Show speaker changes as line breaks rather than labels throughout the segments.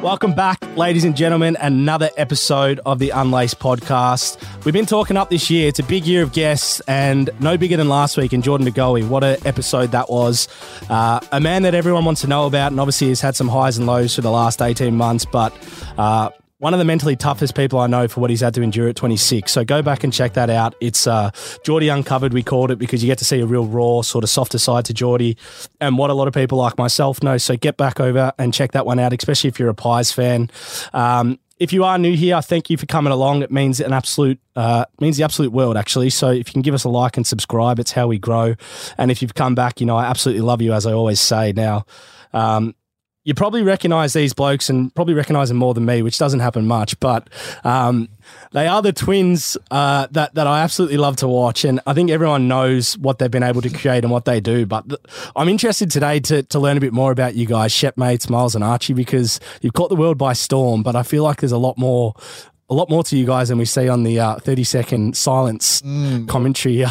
Welcome back, ladies and gentlemen. Another episode of the Unlaced podcast. We've been talking up this year. It's a big year of guests, and no bigger than last week. And Jordan McGoey, what an episode that was! Uh, a man that everyone wants to know about, and obviously has had some highs and lows for the last eighteen months. But uh, one of the mentally toughest people I know for what he's had to endure at 26. So go back and check that out. It's uh, Geordie Uncovered, we called it, because you get to see a real raw, sort of softer side to Geordie and what a lot of people like myself know. So get back over and check that one out, especially if you're a Pies fan. Um, if you are new here, thank you for coming along. It means an absolute uh, means the absolute world, actually. So if you can give us a like and subscribe, it's how we grow. And if you've come back, you know I absolutely love you, as I always say. Now, um, you probably recognize these blokes and probably recognize them more than me, which doesn't happen much, but um, they are the twins uh, that, that I absolutely love to watch. And I think everyone knows what they've been able to create and what they do. But th- I'm interested today to, to learn a bit more about you guys, Shepmates, Miles, and Archie, because you've caught the world by storm, but I feel like there's a lot more. A lot more to you guys than we see on the uh, 30 second silence commentary. Uh,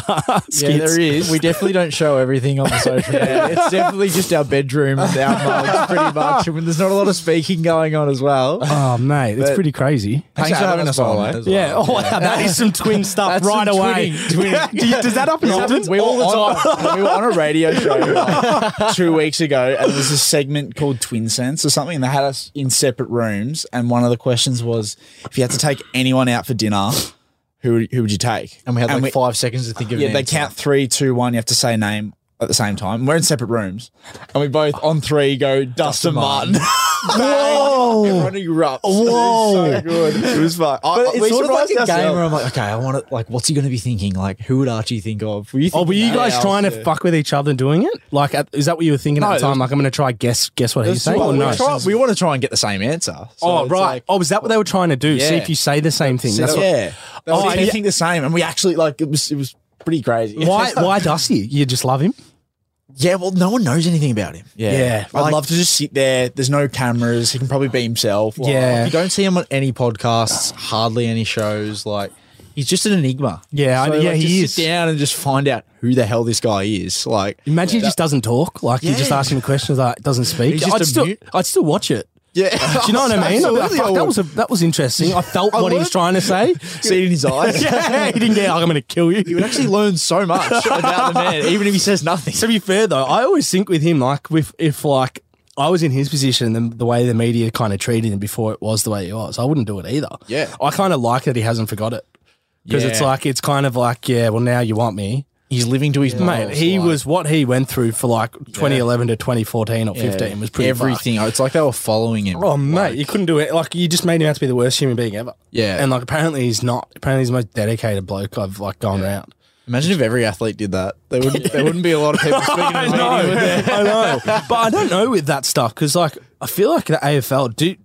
Mm. Yeah, there is. We definitely don't show everything on the social media. It's definitely just our bedroom and our mugs, pretty much. And there's not a lot of speaking going on as well.
Oh, mate, it's
But-
pretty crazy.
Thanks for having us, by the way.
Yeah. Oh, wow. That is some twin stuff
That's
right
some
away.
twinning,
Do you- does that happen often?
We were, on, we were on a radio show like, two weeks ago, and there was a segment called Twin Sense or something. And they had us in separate rooms, and one of the questions was, if you had to take anyone out for dinner, who would- who would you take?
And we had like five seconds to think of
Yeah,
an
they
answer.
count three, two, one. You have to say name at the same time. We're in separate rooms, and we both on three go Dustin Martin. Whoa! Everyone erupts. Whoa! It was so good. It was fun. I-
But
we
it's sort of like
surprised
a game
ourselves.
where I'm like, okay, I want to, like, what's he going to be thinking? Like, who would Archie think of? Were you
Oh, were you
Yeah,
guys
I
trying
was,
to
yeah.
fuck with each other doing it? Like, at, is that what you were thinking
No,
at the
there
time? Like, I'm going to try guess guess what he's saying.
Well,
Or
we
no?
try-
we want to try and get the same answer. So
oh,
it's
right.
like-
oh, is that what they were trying to do? See
Yeah.
if you say the same thing.
So
That's
that-
what,
yeah.
Oh,
oh,
yeah.
I think the same, and we actually like it was. It was pretty crazy.
why why Dusty? You just love him.
yeah, well, no one knows anything about him.
Yeah,
Yeah,
I'd
like-
love to just sit there. There's no cameras. He can probably be himself.
Yeah.
You don't see him on any podcasts, hardly any shows. Like, he's just an enigma.
Yeah, I- yeah,
like,
he
just
is.
Sit down and just find out who the hell this guy is. Like,
Imagine he just doesn't talk. Like you just
Yeah.
ask him a question that doesn't speak.
He's just
I'd
a
still
mute.
I'd still watch it.
yeah,
Do you know what I mean? I'd be like,
Absolutely,
"Fuck,
I
that
would.
was a, that was interesting. I felt what he was
learned-
trying to say.
see it in his eyes.
yeah, he didn't get. Like, I'm going to kill you.
You would actually learn so much about the man, even if he says nothing.
to be fair though, I always think with him like with if like I was in his position, the, the way the media kind of treated him before it was the way it was, I wouldn't do it either.
Yeah.
I kind of like that he hasn't forgot it because it's
Yeah.
like it's kind of like yeah, well now you want me.
He's living to his
Mate, he was what he went through for like 2011 to 2014 or 15 was pretty fucked.
everything. It's like they were following him.
Oh mate, you couldn't do it. Like you just made him out to be the worst human being ever.
Yeah.
and like apparently he's not. Apparently he's the most dedicated bloke I've like gone around.
Imagine if every athlete did that. There wouldn't, there wouldn't be a lot of people speaking to me.
I know, but I don't know with that stuff because, like, I feel like the AFL do.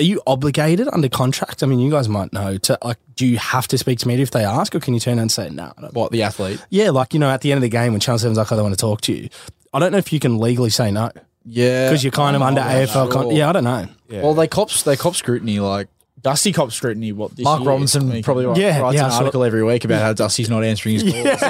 Are you obligated under contract? I mean, you guys might know to like. Do you have to speak to media if they ask, or can you turn around and say no? I don't-"
What, the athlete?
Yeah, like you know, at the end of the game when Channel Seven's like, "I don't want to talk to you," I don't know if you can legally say no
Yeah.
because you're kind of under AFL. Con-
sure.
yeah, I don't know.
Well, they cops they cop scrutiny. Like,
Dusty cop scrutiny. What this
Mark
year.
Robinson
Like,
probably writes,
Yeah,
writes
yeah, I
an
saw-
article every week about how Dusty's not answering his calls.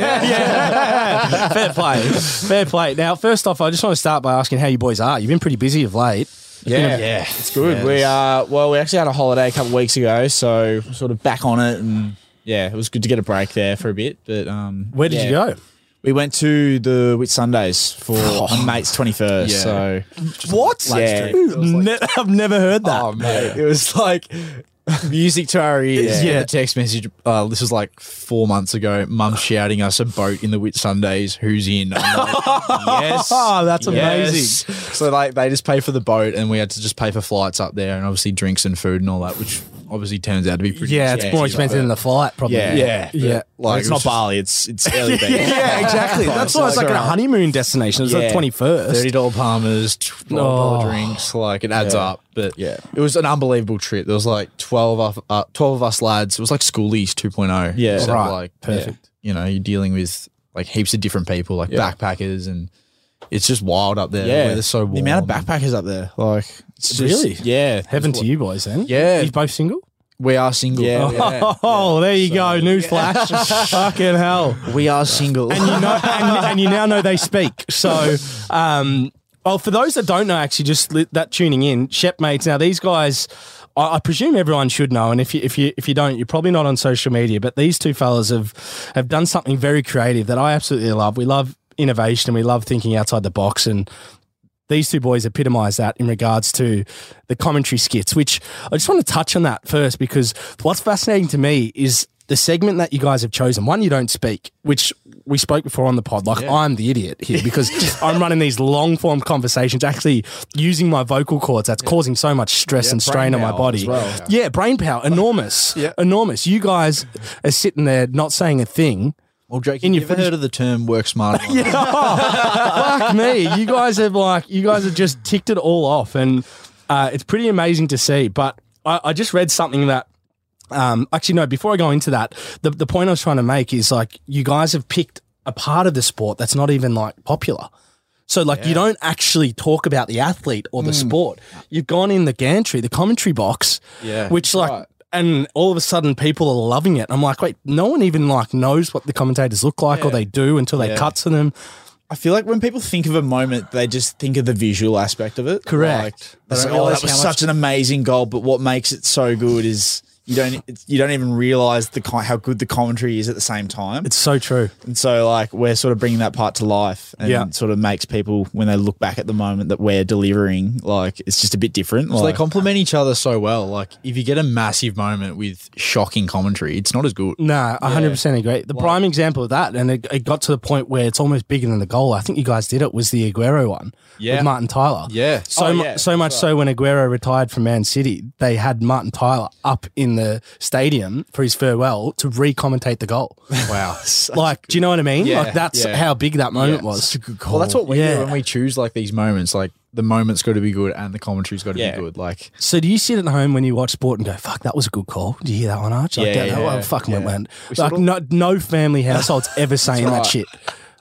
Fair play, fair play. Now, first off, I just want to start by asking how you boys are. You've been pretty busy of late.
Yeah,
Yeah.
it's good. We uh, well, we actually had a holiday a couple weeks ago, so we're sort of back on it, and yeah, it was good to get a break there for a bit. But um,
Where did
yeah.
you go?
We went to the Whit Sundays for my mate's twenty first.
Yeah. Um,
So
What?
Yeah.
Ne- I've never heard that.
Oh, mate.
it was like
music to our ears.
Yeah.
Yeah. The text message. Uh, this was like four months ago. Mum shouting us a boat in the Whit Sundays. Who's in? I'm like, yes.
Oh, that's
yes."
amazing.
So like they just pay for the boat, and we had to just pay for flights up there, and obviously drinks and food and all that, which obviously turns out to be pretty.
Yeah, it's more expensive than the flight, probably.
Yeah.
Yeah.
yeah.
Like,
it's
it
not
was-
Bali. It's it's early beach.
Yeah, exactly. That's why it's like a honeymoon destination. It's the
Yeah.
twenty first.
Thirty dollar palmers, twelve dollar drinks. Like it adds up, but
Yeah.
it was an unbelievable trip. There was like twelve of uh, twelve of us lads. It was like schoolies two oh.
Yeah.
Right.
like
Perfect.
You know, you're dealing with like heaps of different people, like
Yeah.
backpackers, and it's just wild up there.
Yeah,
Yeah, they're so warm.
the amount of backpackers up there, like it's just-
Really?
yeah,
Heaven to you boys, then.
Yeah.
you both single.
we are single.
yeah.
Oh, there you go. Newsflash. Fucking hell.
we are single.
And you, know, and, and you now know they speak. So, um, well, for those that don't know, actually, just li- that tuning in, Shepmates. Now, these guys, I, I presume everyone should know, and if you if you if you don't, you're probably not on social media. But these two fellas have have done something very creative that I absolutely love. We love innovation, and we love thinking outside the box, and these two boys epitomize that in regards to the commentary skits, which I just want to touch on that first because what's fascinating to me is the segment that you guys have chosen. One, you don't speak, which we spoke before on the pod. Like, I'm the idiot here because I'm running these long form conversations, actually using my vocal cords. That's causing so much stress and strain on my
power as
body.
well.
yeah. brain power, enormous.
Yeah.
Enormous. You guys are sitting there not saying a thing.
well, Jake,
in
you
your
ever
footage-
heard of the term "work smart"?
fuck me. You guys have like you guys have just ticked it all off, and uh, it's pretty amazing to see. But I, I just read something that. Um, actually, no. Before I go into that, the, the point I was trying to make is like you guys have picked a part of the sport that's not even like popular. So like you don't actually talk about the athlete or the sport. You've gone in the gantry, the commentary box,
Yeah,
which like, and all of a sudden people are loving it. I'm like, wait, no one even like knows what the commentators look like or they do until they cut to them.
I feel like when people think of a moment, they just think of the visual aspect of it.
Correct.
Like, it's
don't
like, oh,
realise
that was
how much-
such an amazing goal, but what makes it so good is you don't it's, you don't even realize the ki- how good the commentary is at the same time.
It's so true.
and so like we're sort of bringing that part to life, and
Yeah.
sort of makes people when they look back at the moment that we're delivering, like it's just a bit different.
So they
like,
complement each other so well. Like if you get a massive moment with shocking commentary, it's not as good.
No, hundred percent agree. The prime example of that, and it, it got to the point where it's almost bigger than the goal. I think you guys did it was the Aguero one
Yeah.
with Martin Tyler.
Yeah.
so
Oh,
mu-
yeah,
so much so when Aguero retired from Man City, they had Martin Tyler up in the stadium for his farewell to re-commentate the goal.
Wow.
like, do you know what I mean?
Yeah,
like that's
yeah.
how big that moment
Yeah,
was.
Well, that's what we
Yeah.
do when we choose like these moments. Like the moment's got to be good and the commentary's got to
Yeah.
be good. Like
So do you sit at home when you watch sport and go, "Fuck, that was a good call"? Do you hear that one, Arch? Like,
Yeah,
that, that
yeah,
one fucking went
yeah.
round. Like, no, no family household's ever saying that shit.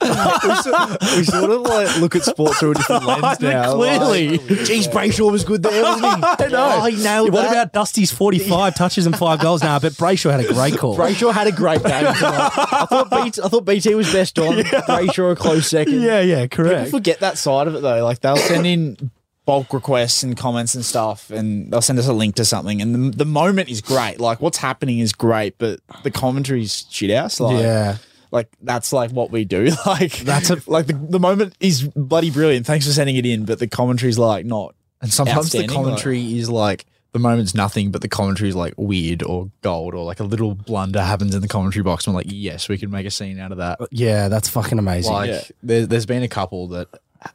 we sort of like look at sport through a different lens
Clearly.
Jeez, Brayshaw was good there, wasn't Oh, he?
No.
nailed
what about Dusty's 45 touches and five goals now? but Brayshaw had a great call.
Brayshaw had a great game. tonight. I thought BT, I thought BT was best on. Brayshaw a close second.
yeah, yeah,
People
correct.
forget that side of it though. Like they'll send in bulk requests and comments and stuff, and they'll send us a link to something. And the, the moment is great. Like what's happening is great, but the commentary's shit house. Like,
Yeah.
Like that's like what we do. Like
That's a-
like the, the moment is bloody brilliant. Thanks for sending it in, but the commentary's like not.
And sometimes the
Outstanding,
commentary is like the moment's nothing, but the commentary is like weird or gold or like a little blunder happens in the commentary box. And I'm like, yes, we can make a scene out of that.
Yeah, that's fucking amazing.
Like
Yeah.
there, there's been a couple that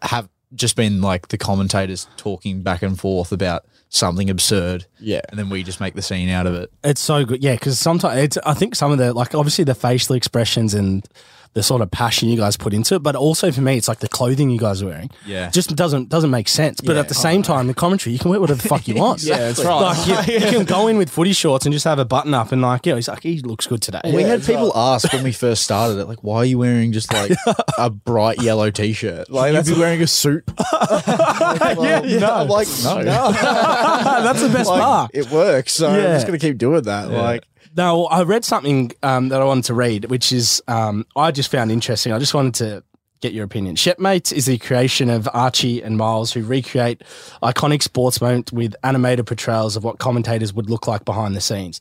have just been like the commentators talking back and forth about something absurd.
Yeah.
And then we just make the scene out of it.
It's so good. Yeah, because sometimes it's, I think some of the, like, obviously the facial expressions and the sort of passion you guys put into it, but also for me, it's like the clothing you guys are wearing.
Yeah.
Just doesn't doesn't make sense. But at the same time, the commentary, you can wear whatever the fuck you want.
Yeah, that's right.
Like, you, you can go in with footy shorts and just have a button up and, like, yeah, he's like, he looks good today.
we had people ask when we first started it, like, why are you wearing just like a bright yellow t shirt? Like, you'd be wearing a suit. yeah, yeah. I'm like, no.
that's the best
Like,
part.
It works. So I'm
Yeah.
just going to keep doing that. Like,
No, I read something um, that I wanted to read, which is um, I just found interesting. I just wanted to get your opinion. Shepmates is the creation of Archie and Miles, who recreate iconic sports moments with animated portrayals of what commentators would look like behind the scenes.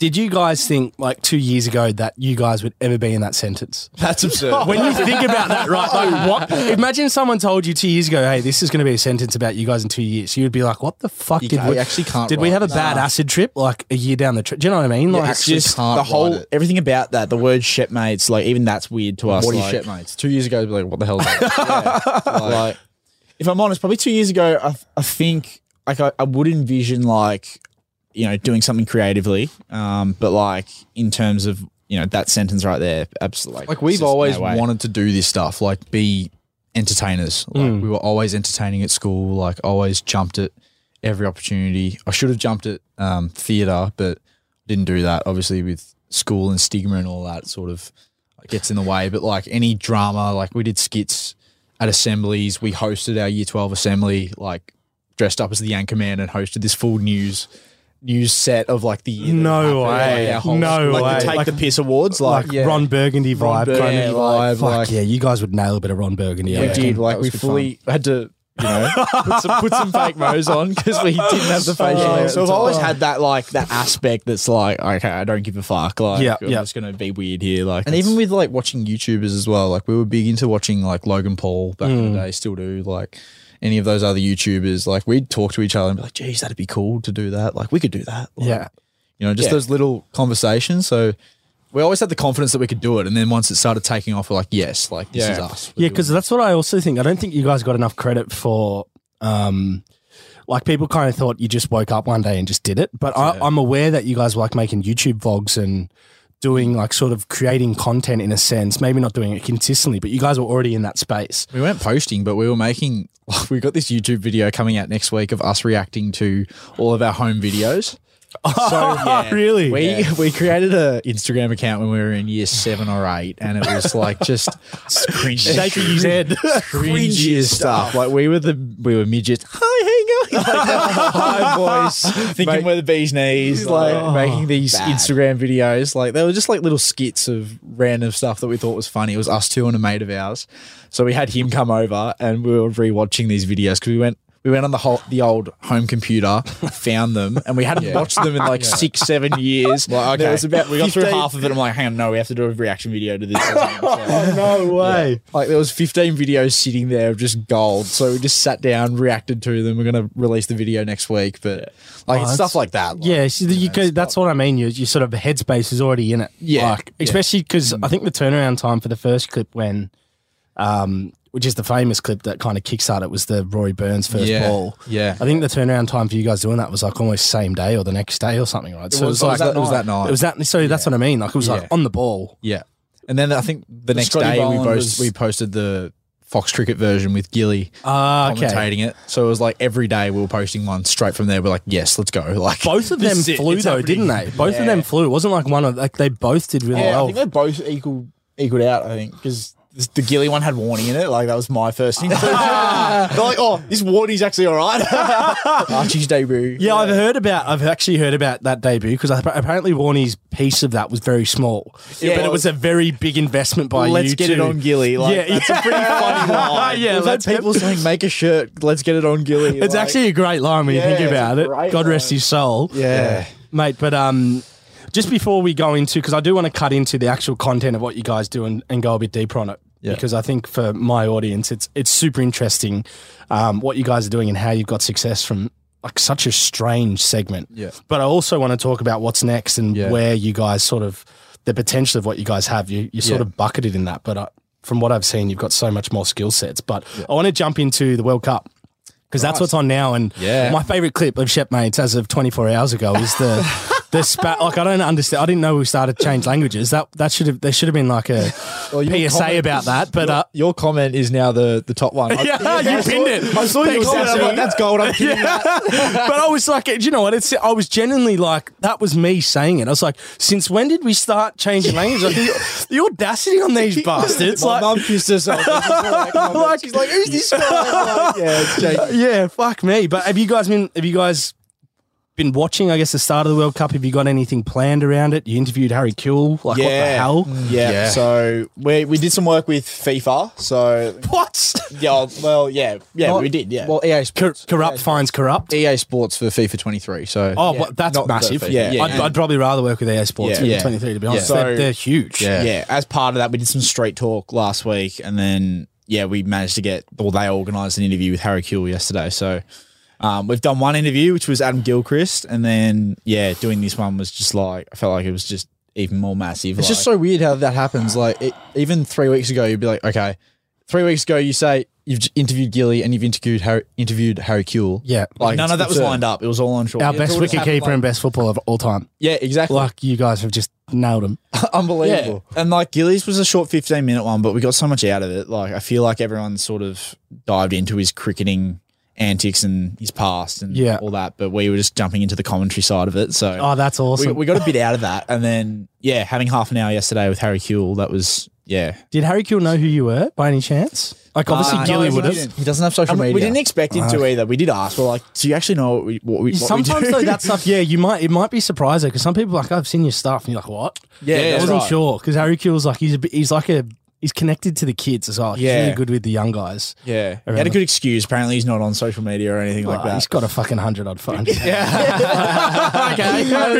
Did you guys think, like two years ago, that you guys would ever be in that sentence?
that's absurd.
When you think about that, right? Like, what? Imagine someone told you two years ago, "Hey, this is going to be a sentence about you guys in two years." You'd be like, "What the fuck did
can't-
we
you actually can't
Did we
write
have a
that.
bad acid trip like a year down the trip? Do you know what I mean? Like,
it's
actually
just
can't
the whole
write it.
everything about that. The word shipmates, like even that's weird to us.
What
like-
are you shit, mates? Two years ago, I'd be like, what the hell is that?
like if I'm honest, probably two years ago, I, I think like I, I would envision like you know, doing something creatively. Um, but like in terms of you know that sentence right there, absolutely.
Like we've
it's just
always
no way.
wanted to do this stuff, like be entertainers. Like
Mm.
we were always entertaining at school, like always jumped at every opportunity. I should have jumped at um, theatre, but didn't do that. Obviously, with school and stigma and all that sort of gets in the way. But like any drama, like we did skits at assemblies. We hosted our Year Twelve assembly, like dressed up as the Anchorman and hosted this full news news set of like the year that
No
happened, like,
way.
our whole-
No
like
way.
the take
Like-
the piss awards, like,
Like
yeah.
Ron Burgundy vibe.
Ron
kind of.
Burgundy vibe,
Fuck
like-
yeah, you guys would nail a bit of Ron Burgundy. I
We
reckon.
did. Like
That was
we
good
fully had to, you know, put some, put some fake mo's on because we didn't have the facial. hair at
so
the
I've
time.
always had that like that aspect that's like, okay, I don't give a fuck. Like,
Yeah,
I'm
yeah.
just gonna be weird here. Like,
And
it's-
even with like watching YouTubers as well, like we were big into watching like Logan Paul back in the day, still do like any of those other YouTubers. Like we'd talk to each other and be like, "Geez, that'd be cool to do that. Like we could do that."
fun.
Like,
Yeah.
you know, just
Yeah.
those little conversations. So we always had the confidence that we could do it, and then once it started taking off, we're like, "Yes, like this
Yeah.
is us." We're
Yeah,
doing
because that's what I also think. I don't think you guys got enough credit for, um, like people kind of thought you just woke up one day and just did it. But I, I'm aware that you guys were like making YouTube vlogs and doing like sort of creating content in a sense. Maybe not doing it consistently, but you guys were already in that space.
We weren't posting, but we were making. We got this YouTube video coming out next week of us reacting to all of our home videos.
really?
We we created a Instagram account when we were in year seven or eight, and it was like just shaking his head, cringy stuff. Like we were the we were midgets. Hi, hang on, high voice,
thinking
make-
where the bee's knees,
like
like Oh,
making these
bad.
Instagram videos. Like they were just like little skits of random stuff that we thought was funny. It was us two and a mate of ours. So we had him come over and we were rewatching these videos because we went we went on the whole the old home computer, found them, and we hadn't watched them in like six, seven years.
Well, okay.
There was about
we got through
15
half of it. I'm like, hang on, no, we have to do a reaction video to this.
Oh,
So-
No way.
Like there was 15 videos sitting there of just gold. So we just sat down, reacted to them. We're gonna release the video next week, but
Oh,
like it's
that's-
stuff like that. Like,
Yeah, so you go, that's what I mean. Your, your sort of headspace is already in it.
Yeah, Mm.
Like, especially because I think the turnaround time for the first clip when, um, which is the famous clip that kind of kickstarted was the Rory Burns first
Yeah,
ball.
yeah.
I think the turnaround time for you guys doing that was like almost same day or the next day or something, right? so
was- it was that- it was that night.
It was that. So that's what I mean. Like it was
Yeah.
like on the ball.
Yeah. And then I think the, next
Scotty
day we
Boland was-
post, we posted the Fox Cricket version with Gilly
Ah, okay.
commentating it. So it was like every day we were posting one straight from there. We're like, yes, let's go. Like
Both of them
This is it.
flew
It's
though,
happening.
didn't they? Both of them flew. It wasn't like one of like they both did really
yeah, I
well.
think they both equal equaled out. I think because the Gilly one had warning in it. Like that was my first thing. They're
Ah.
like, oh, this warning's actually all right.
Archie's debut.
Yeah, I've heard about. I've actually heard about that debut because apparently Warney's piece of that was very small,
Yeah.
but it was a very big investment by
Let's
you
get
two.
it on Gilly. Like,
yeah,
that's a pretty funny line.
yeah,
We've had
let's get-
people saying, make a shirt, let's get it on Gilly.
It's
Like,
actually a great line when you
Yeah,
think
it's a
about it.
great
God rest
line.
his soul,
Yeah.
mate. But um, just before we go into, because I do want to cut into the actual content of what you guys do and, and go a bit deeper on it.
Yeah.
Because I think for my audience, it's it's super interesting um, what you guys are doing and how you've got success from like such a strange segment.
Yeah.
But I also want to talk about what's next and
Yeah.
where you guys sort of the potential of what you guys have. You you sort
Yeah.
of bucketed in that, but I, from what I've seen, you've got so much more skill sets. But I want to jump into the World Cup. Because that's what's on now, and
Yeah.
my favorite clip of Shepmates as of 24 hours ago is the the spa- like I don't understand. I didn't know we started to change languages. That that should have there should have been like a
your
PSA
comment-
about that. But
Your,
uh,
your comment is now the, the top one.
yeah, you pinned it.
I saw your
Thanks,
comment. I'm
Sassy.
like, that's gold. I'm kidding.
but I was like, do you know what? It's I was genuinely like, that was me saying it. I was like, since when did we start changing language? Like, the, the audacity on these bastards!
My
like,
mum pissed herself. like, she's like, who's this guy? Like, yeah, it's Jake.
yeah, fuck me. But have you guys been? Have you guys been watching? I guess the start of the World Cup. Have you got anything planned around it? You interviewed Harry Kuehl. Like, what
Mm.
the hell?
Yeah.
Yeah.
So we we did some work with FIFA. So
What?
yeah, well, yeah, yeah,
Not-
we did. Yeah.
Well, EA Sports.
Corrupt finds corrupt.
EA E Sports for FIFA 23. So
Oh, well, that's
Not
massive.
perfect.
Yeah.
I'd, I'd probably rather work with EA Sports
Yeah.
than
Yeah.
23, to be honest.
Yeah.
They're,
So-
they're huge.
Yeah.
yeah. As part of that, we did some straight talk last week, and then yeah, we managed to get. Well, they organised an interview with Harry Kuehl yesterday, so. Um, we've done one interview, which was Adam Gilchrist, and then yeah, doing this one was just like I felt like it was just even more massive.
It's just so weird how that happens. Like it, even three weeks ago, you'd be like, okay, three weeks ago, you say you've j- interviewed Gilly and you've interviewed Harry, interviewed Harry Kuehl.
Yeah.
like
None of that was lined up. It was all on short.
Our
Yeah,
best
it's all just
wicket
happened,
keeper
like-
and best footballer of all time.
Yeah, exactly.
Like you guys have just nailed him.
Unbelievable.
Yeah. And like Gillies was a short 15 minute one, but we got so much out of it. Like, I feel like everyone sort of dived into his cricketing antics and his past and
Yeah.
all that, but we were just jumping into the commentary side of it. So
Oh, that's
we,
awesome.
we got a bit out of that. And then, yeah, having half an hour yesterday with Harry Huell, that was, yeah.
Did Harry Kuehl know who you were by any chance? Like obviously
Uh,
Gilly
no,
would
he
have.
didn't.
He doesn't have social
And we-
media.
we didn't expect him to either. We did ask. We're like, do you actually know what we, what we, what we
Sometimes
do?
though that stuff, yeah, you might it might be surprising because some people are like I've seen your stuff and you're like what?
Yeah,
I
that's
wasn't
right.
sure because Harry Kuehl's like he's a, bit- he's like a he's connected to the kids as well. He's
Yeah.
really good with the young guys.
Yeah. He had a good excuse. Apparently, he's not on social media or anything like
Like,
that.
he's got a fucking hundred odd phone.
okay.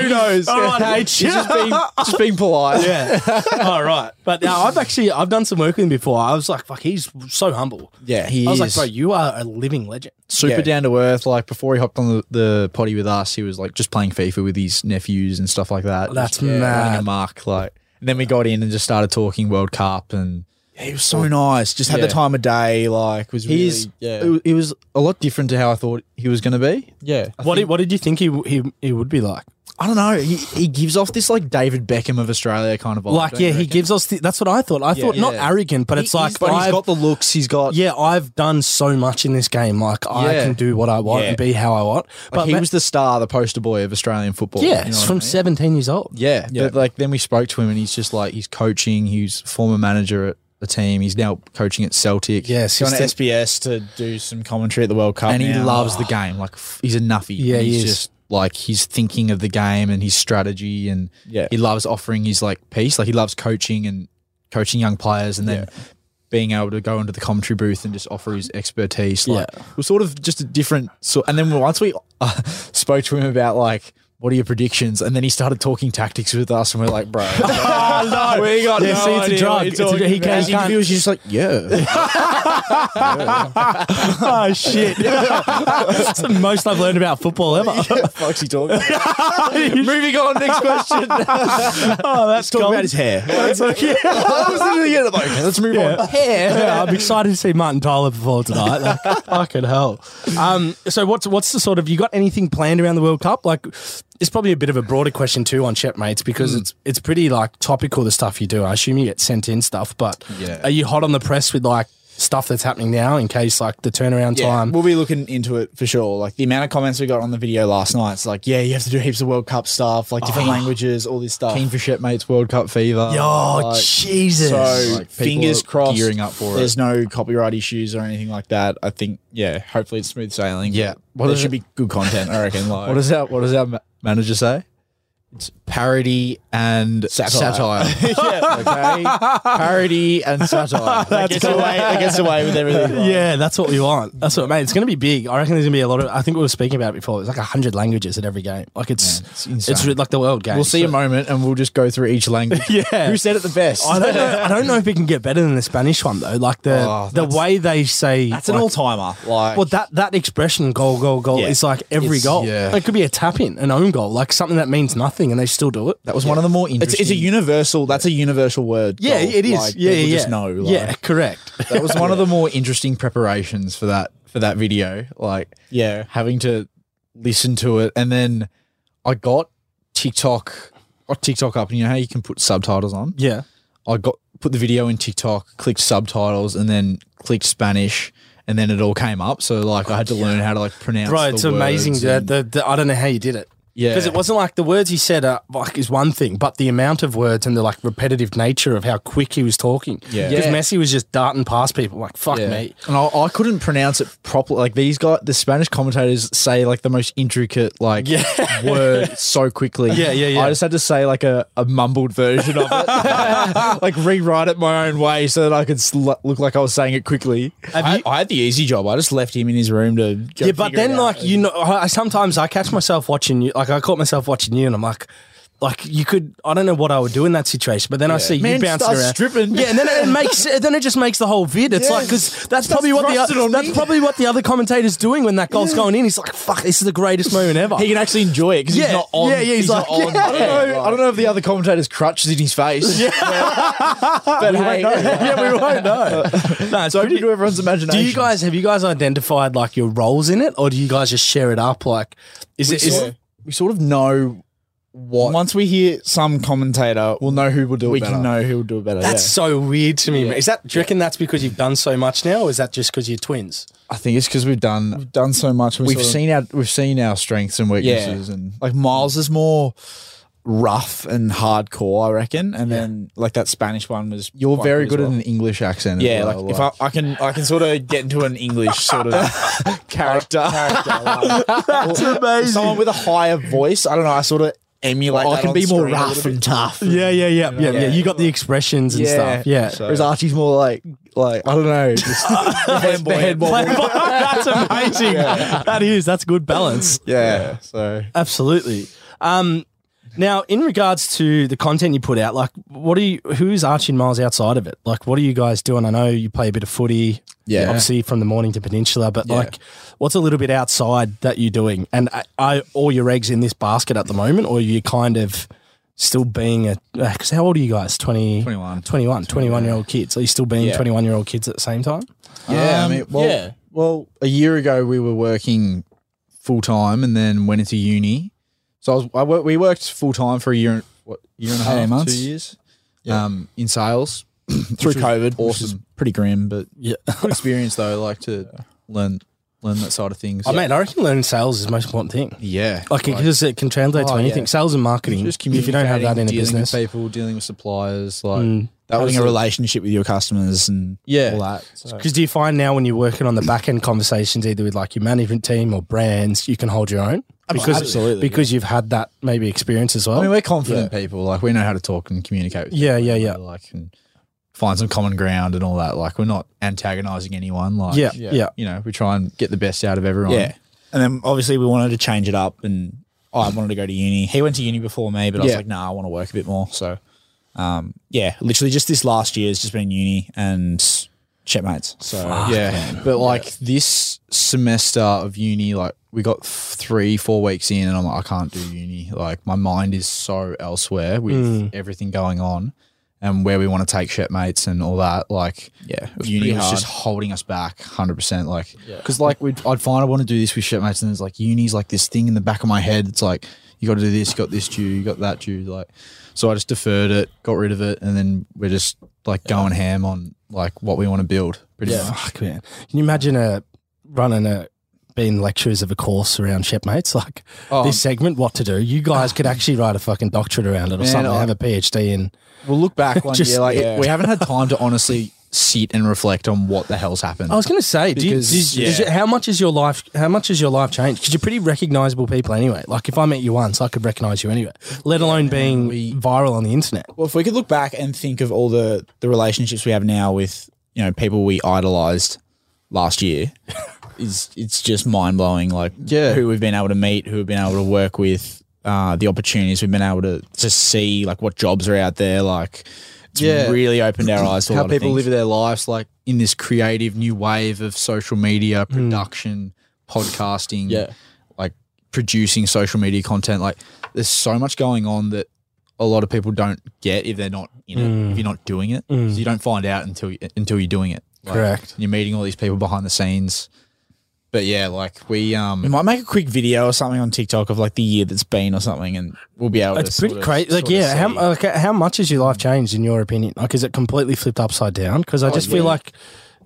Who knows?
All right, H.
He's just being, just being polite.
yeah. All right, but now I've actually I've done some work with him before. I was like, fuck, he's so humble.
Yeah, he
I was like,
is.
bro, you are a living legend.
Super
Yeah.
down to earth. Like before he hopped on the, the potty with us, he was like just playing FIFA with his nephews and stuff like
Oh,
that.
That's
just, running
mad.
A mark. Like, and then we got in and just started talking World Cup and
He was so nice. Just had
Yeah.
the time of day. Like was really
he's it, wa- it was a lot different to how I thought he was going to be.
yeah.
what did, what did you think he he he would be like?
I don't know. He, he gives off this like David Beckham of Australia kind of vibe.
Like,
don't
yeah,
you
he
reckon?
gives us. The, that's what I thought. I thought not
Yeah.
arrogant, but it's like,
but he's
I've-
got the looks. He's got
yeah, I've done so much in this game. Like, I
Yeah.
can do what I want
Yeah.
and be how I want.
Like
But
he
ma-
was the star, the poster boy of Australian football.
yeah,
you know
it's
what I
from
mean?
seventeen years old.
Yeah,
Yeah.
but like then we spoke to him and he's just like he's coaching. He's former manager at the team. He's now coaching at Celtic.
Yes,
He's on
he's-
SBS to do some commentary at the World Cup,
and he
now.
loves the game. Like f- he's a nuffy.
Yeah,
And
he
he's
is.
just like he's thinking of the game and his strategy, and
Yeah.
he loves offering his like piece. Like he loves coaching and coaching young players, and then. Being able to go into the commentary booth and just offer his expertise, like
Yeah.
we're sort of just a different sort. And then once we uh, spoke to him about like, what are your predictions? And then he started talking tactics with us, and we're like, bro,
Oh, no, we got
Yeah, see, it's a drug. It's a- he can't-
His
he can't-
interview was just like, yeah,
oh shit! That's the most I've learned about football ever.
fuck's he talking? about?
Moving on, next question.
Oh, that's
Talking
cool.
about his hair.
That's okay.
I was literally getting like, okay, let's move on.
yeah, I'm excited to see Martin Tyler perform tonight. Like, fucking hell. Um, so what's what's the sort of you got anything planned around the World Cup? Like, it's probably a bit of a broader question too on Shepmates because
Mm.
it's it's pretty like topical the stuff you do. I assume you get sent in stuff, but
Yeah.
are you hot on the press with like stuff that's happening now in case like the turnaround time?
We'll be looking into it for sure. Like the amount of comments we got on the video last night, it's like, yeah, you have to do heaps of World Cup stuff, like different languages, all this stuff.
Keen for shipmates World Cup fever.
oh Jesus!
So
Like, people
fingers
are
crossed,
gearing up for it.
There's no copyright issues or anything like that. I think, yeah, hopefully it's smooth sailing.
Yeah.
well,
What
there
is
should
it-
be good content. I reckon. Like,
What does our What does our ma- manager say? It's parody and
Satire.
satire. Okay, parody and satire.
that gets away? That gets away with everything. like.
Yeah, that's what we want. That's what, mate. It's going to be big. I reckon there's going to be a lot of. I think we were speaking about it before. There's like hundred languages at every game. Like it's
it's
it's,
insane.
re- like the world game.
we'll see
So-
a moment, and we'll just go through each language.
Yeah.
who said it the best?
I don't know. I don't know if it can get better than the Spanish one though. Like the
Oh,
the
that's-
way they say
That's an
like-
all timer. Like,
Well, that that expression goal, goal, goal
Yeah.
is like every
It's-
goal.
yeah.
It could be a tap in, an own goal, like something that means nothing, and they still do it.
That was one of the more
it's,
interesting.
it's a universal. That's a universal word.
Yeah,
Gold.
it is.
Like,
yeah,
people
yeah,
Just know. Like,
yeah, correct.
that was one of the more interesting preparations for that for that video. Like
yeah.
having to listen to it. And then I got TikTok, got TikTok up, and you know how you can put subtitles on.
yeah,
I got put the video in TikTok, clicked subtitles, and then clicked Spanish, and then it all came up. So like I had to learn how to like pronounce.
bro,
the
it's amazing.
words
The,
and-
the, the, I don't know how you did it.
Yeah.
because it wasn't like the words he said are like is one thing, but the amount of words and the like repetitive nature of how quick he was talking.
Yeah.
because
Yeah.
Messi was just darting past people like fuck
Yeah.
me.
And I, I couldn't pronounce it properly. Like these guys, the Spanish commentators say like the most intricate like word so quickly.
Yeah, yeah, yeah.
I just had to say like a, a mumbled version of it, like rewrite it my own way so that I could sl- look like I was saying it quickly.
I, I had the easy job. I just left him in his room to. Go
yeah, but
figure it
then
out.
like you know, I I- sometimes I catch myself watching you. Like I caught myself watching you, and I'm like, like you could I don't know what I would do in that situation, but then I see you
Man
bouncing
starts
around.
stripping.
Yeah, and then it makes then it just makes the whole vid. It's
Yeah.
like because that's
Starts
probably what the
thrusting
o-
on
that's
me.
probably what the other commentator's doing when that goal's going in. He's like, "Fuck, this is the greatest moment ever."
He can actually enjoy it because
Yeah,
he's not on.
yeah, yeah, he's
not
like,
on.
yeah.
I don't know. I don't know if the other commentator's crutch is in his face. Yeah, but hey,
yeah, we won't know. no, it's
it's open
pretty,
to everyone's imagination.
do you guys have you guys identified like your roles in it, or do you guys just share it up? Like, is it?
We
Is,
sort, of, we sort of know what.
Once we hear some commentator,
we'll know who will do it.
we
better.
can know who will do it better.
that's
yeah.
so weird to me. man. Is that? Do you reckon that's because you've done so much now, or is that just because you're twins?
I think it's because we've done.
We've done so much. and we
We've
sort of-
seen our we've seen our strengths and weaknesses and
like Miles is more rough and hardcore, I reckon. And then like that Spanish one was
You're
quite
very
as
good
well.
at an English accent. as
Yeah,
well,
like if I, I can, I can sort of get into an English sort of character. That's amazing. Someone with a higher voice. I don't know. I sort of emulate.
I
that
can
on
be more
screen a
rough
little
and
bit.
tough.
Yeah, yeah, yeah, yeah, yeah. You got the expressions and stuff. Yeah.
Whereas Archie's more like like I don't know. Just the head
Play-
bobble.
that's amazing. That is. That's good balance.
Yeah. So
Absolutely. Um, now, in regards to the content you put out, like, what do you? Who's Archie and Miles outside of it? Like, what are you guys doing? I know you play a bit of footy.
Yeah.
Obviously, from the morning to peninsula, but like, what's a little bit outside that you're doing? And I, I all your eggs in this basket at the moment, or you kind of still being a because how old are you guys 20
21.
21 21 year old kids are you still being
Yeah.
21 year old kids at the same time
um, Yeah, I mean, well,
yeah.
well, a year ago we were working full time and then went into uni. So I was, I worked, we worked full time for a year, and- what year and a
How many
half,
months?
two years, um, in sales
through COVID, which is
awesome
pretty grim, but
yeah
experience though. Like to learn learn that side of things.
i mean i reckon learning sales is the most important thing
yeah,
Like because it can translate to
Oh, yeah.
anything, sales and marketing.
just
if you don't have that in a
dealing with
business, Mm.
people dealing with suppliers, like that was
having a
the-
relationship with your customers and
Yeah.
all that. So.
because do you find now when you're working on the back end conversations, either with like your management team or brands, you can hold your own because
absolutely,
because you've had that maybe experience as well.
I mean, we're confident people. Like we know how to talk and communicate. With
Yeah,
people,
yeah, yeah.
Like and find some common ground and all that. Like we're not antagonizing anyone. Like
yeah, yeah, yeah,
you know, we try and get the best out of everyone.
Yeah. And then obviously we wanted to change it up and I wanted to go to uni. He went to uni before me, but I was
Yeah.
like, nah, I want to work a bit more. So um, yeah, literally just this last year has just been uni and shitmates. So
yeah. But like this semester of uni, like we got th- three, four weeks in, and I'm like, I can't do uni. Like my mind is so elsewhere with
Mm.
everything going on and where we want to take shipmates and all that. Like,
yeah, it was
uni
pretty
was
hard.
just holding us back 100% like because like we'd, i'd find i want to do this with shipmates and there's like uni's like this thing in the back of my head it's like you got to do this you got this due you got that due like so i just deferred it got rid of it and then we're just like going ham on like what we want to build pretty much
Fuck man, can you imagine a running a being lecturers of a course around shipmates like
Oh.
this segment, what to do? You guys could actually write a fucking doctorate around it or
Man,
something.
I-
have a PhD in.
we'll look back one
Just-
year like
yeah.
we haven't had time to honestly sit and reflect on what the hell's happened
I was going to say, do you,
Because-
does- does you- how much is your life? How much has your life changed? Because you're pretty recognizable people anyway. Like if I met you once, I could recognize you anyway. Let alone being viral on the internet.
well, if we could look back and think of all the the relationships we have now with you know people we idolized last year, is it's just mind blowing. Like
Yeah.
who we've been able to meet, who we've been able to work with, uh, the opportunities we've been able to to see, like what jobs are out there. Like it's
Yeah.
really opened our eyes to a
how
lot of
people
things.
live their lives like in this creative new wave of social media production podcasting
Hmm. Yeah.
like producing social media content like there's so much going on that a lot of people don't get if they're not in it
Hmm.
if you're not doing it 'Cause you don't find out until you, until you're doing it Like,
Correct.
you're meeting all these people behind the scenes but yeah like we um
We might make a quick video or something on TikTok of like the year that's been or something, and we'll be able to.
It's pretty
sort of-
crazy. Like
sort of
yeah, how,
see.
like, how much has your life changed in your opinion? Like is it completely flipped upside down? Because I just feel like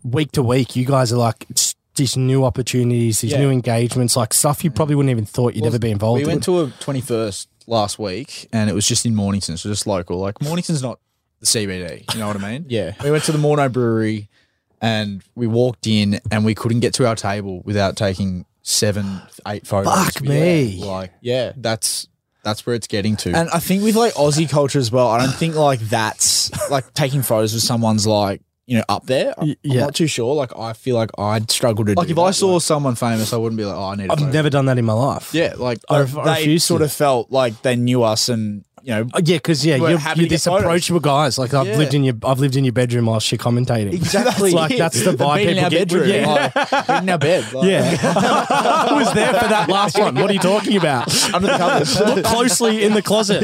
week to week, you guys are like. It's, these new opportunities, these
Yeah.
new engagements, like stuff you probably wouldn't even thought you'd ever be involved
We
in.
went to a 21st last week and it was just in Mornington, so just local. Like Mornington's not the CBD, you know what I mean?
Yeah.
We went to the Morno Brewery and we walked in and we couldn't get to our table without taking seven, eight photos.
Fuck
Yeah.
me.
Like
Yeah.
that's that's where it's getting to.
And I think with like Aussie culture as well, I don't think like that's like taking photos with someone's like you know up there. I'm, I'm
yeah.
not too sure. Like I feel like I'd struggle to.
like
do
if I
that.
saw someone famous, I wouldn't be like, oh, I need. a
I've
photo.
never done that in my life.
Yeah, like
I, I
they
refuse
sort
to.
of felt like they knew us and you know,
Uh, Yeah, because yeah,
We're
you're,
happy
you're
to get
this approachable guys. Like I've
Yeah.
lived in your, I've lived in your bedroom whilst you're commentating.
Exactly.
like that's the vibe
Been in
people
our
get.
bedroom.
Yeah,
Like, been in our bed. Like,
yeah. I was there for that last one. What are you talking about?
under the covers.
Look closely in the closet.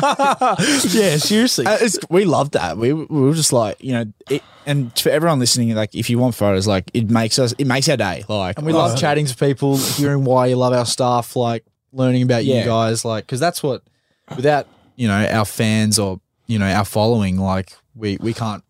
yeah, seriously.
Uh, it's, we loved that. We, we were just like, you know, it, and for everyone listening, like, if you want photos, like, it makes us, it makes our day. Like,
And we love chatting to people, hearing why you love our staff, like learning about
Yeah.
you guys, like because that's what without you know our fans or you know our following, like we we can't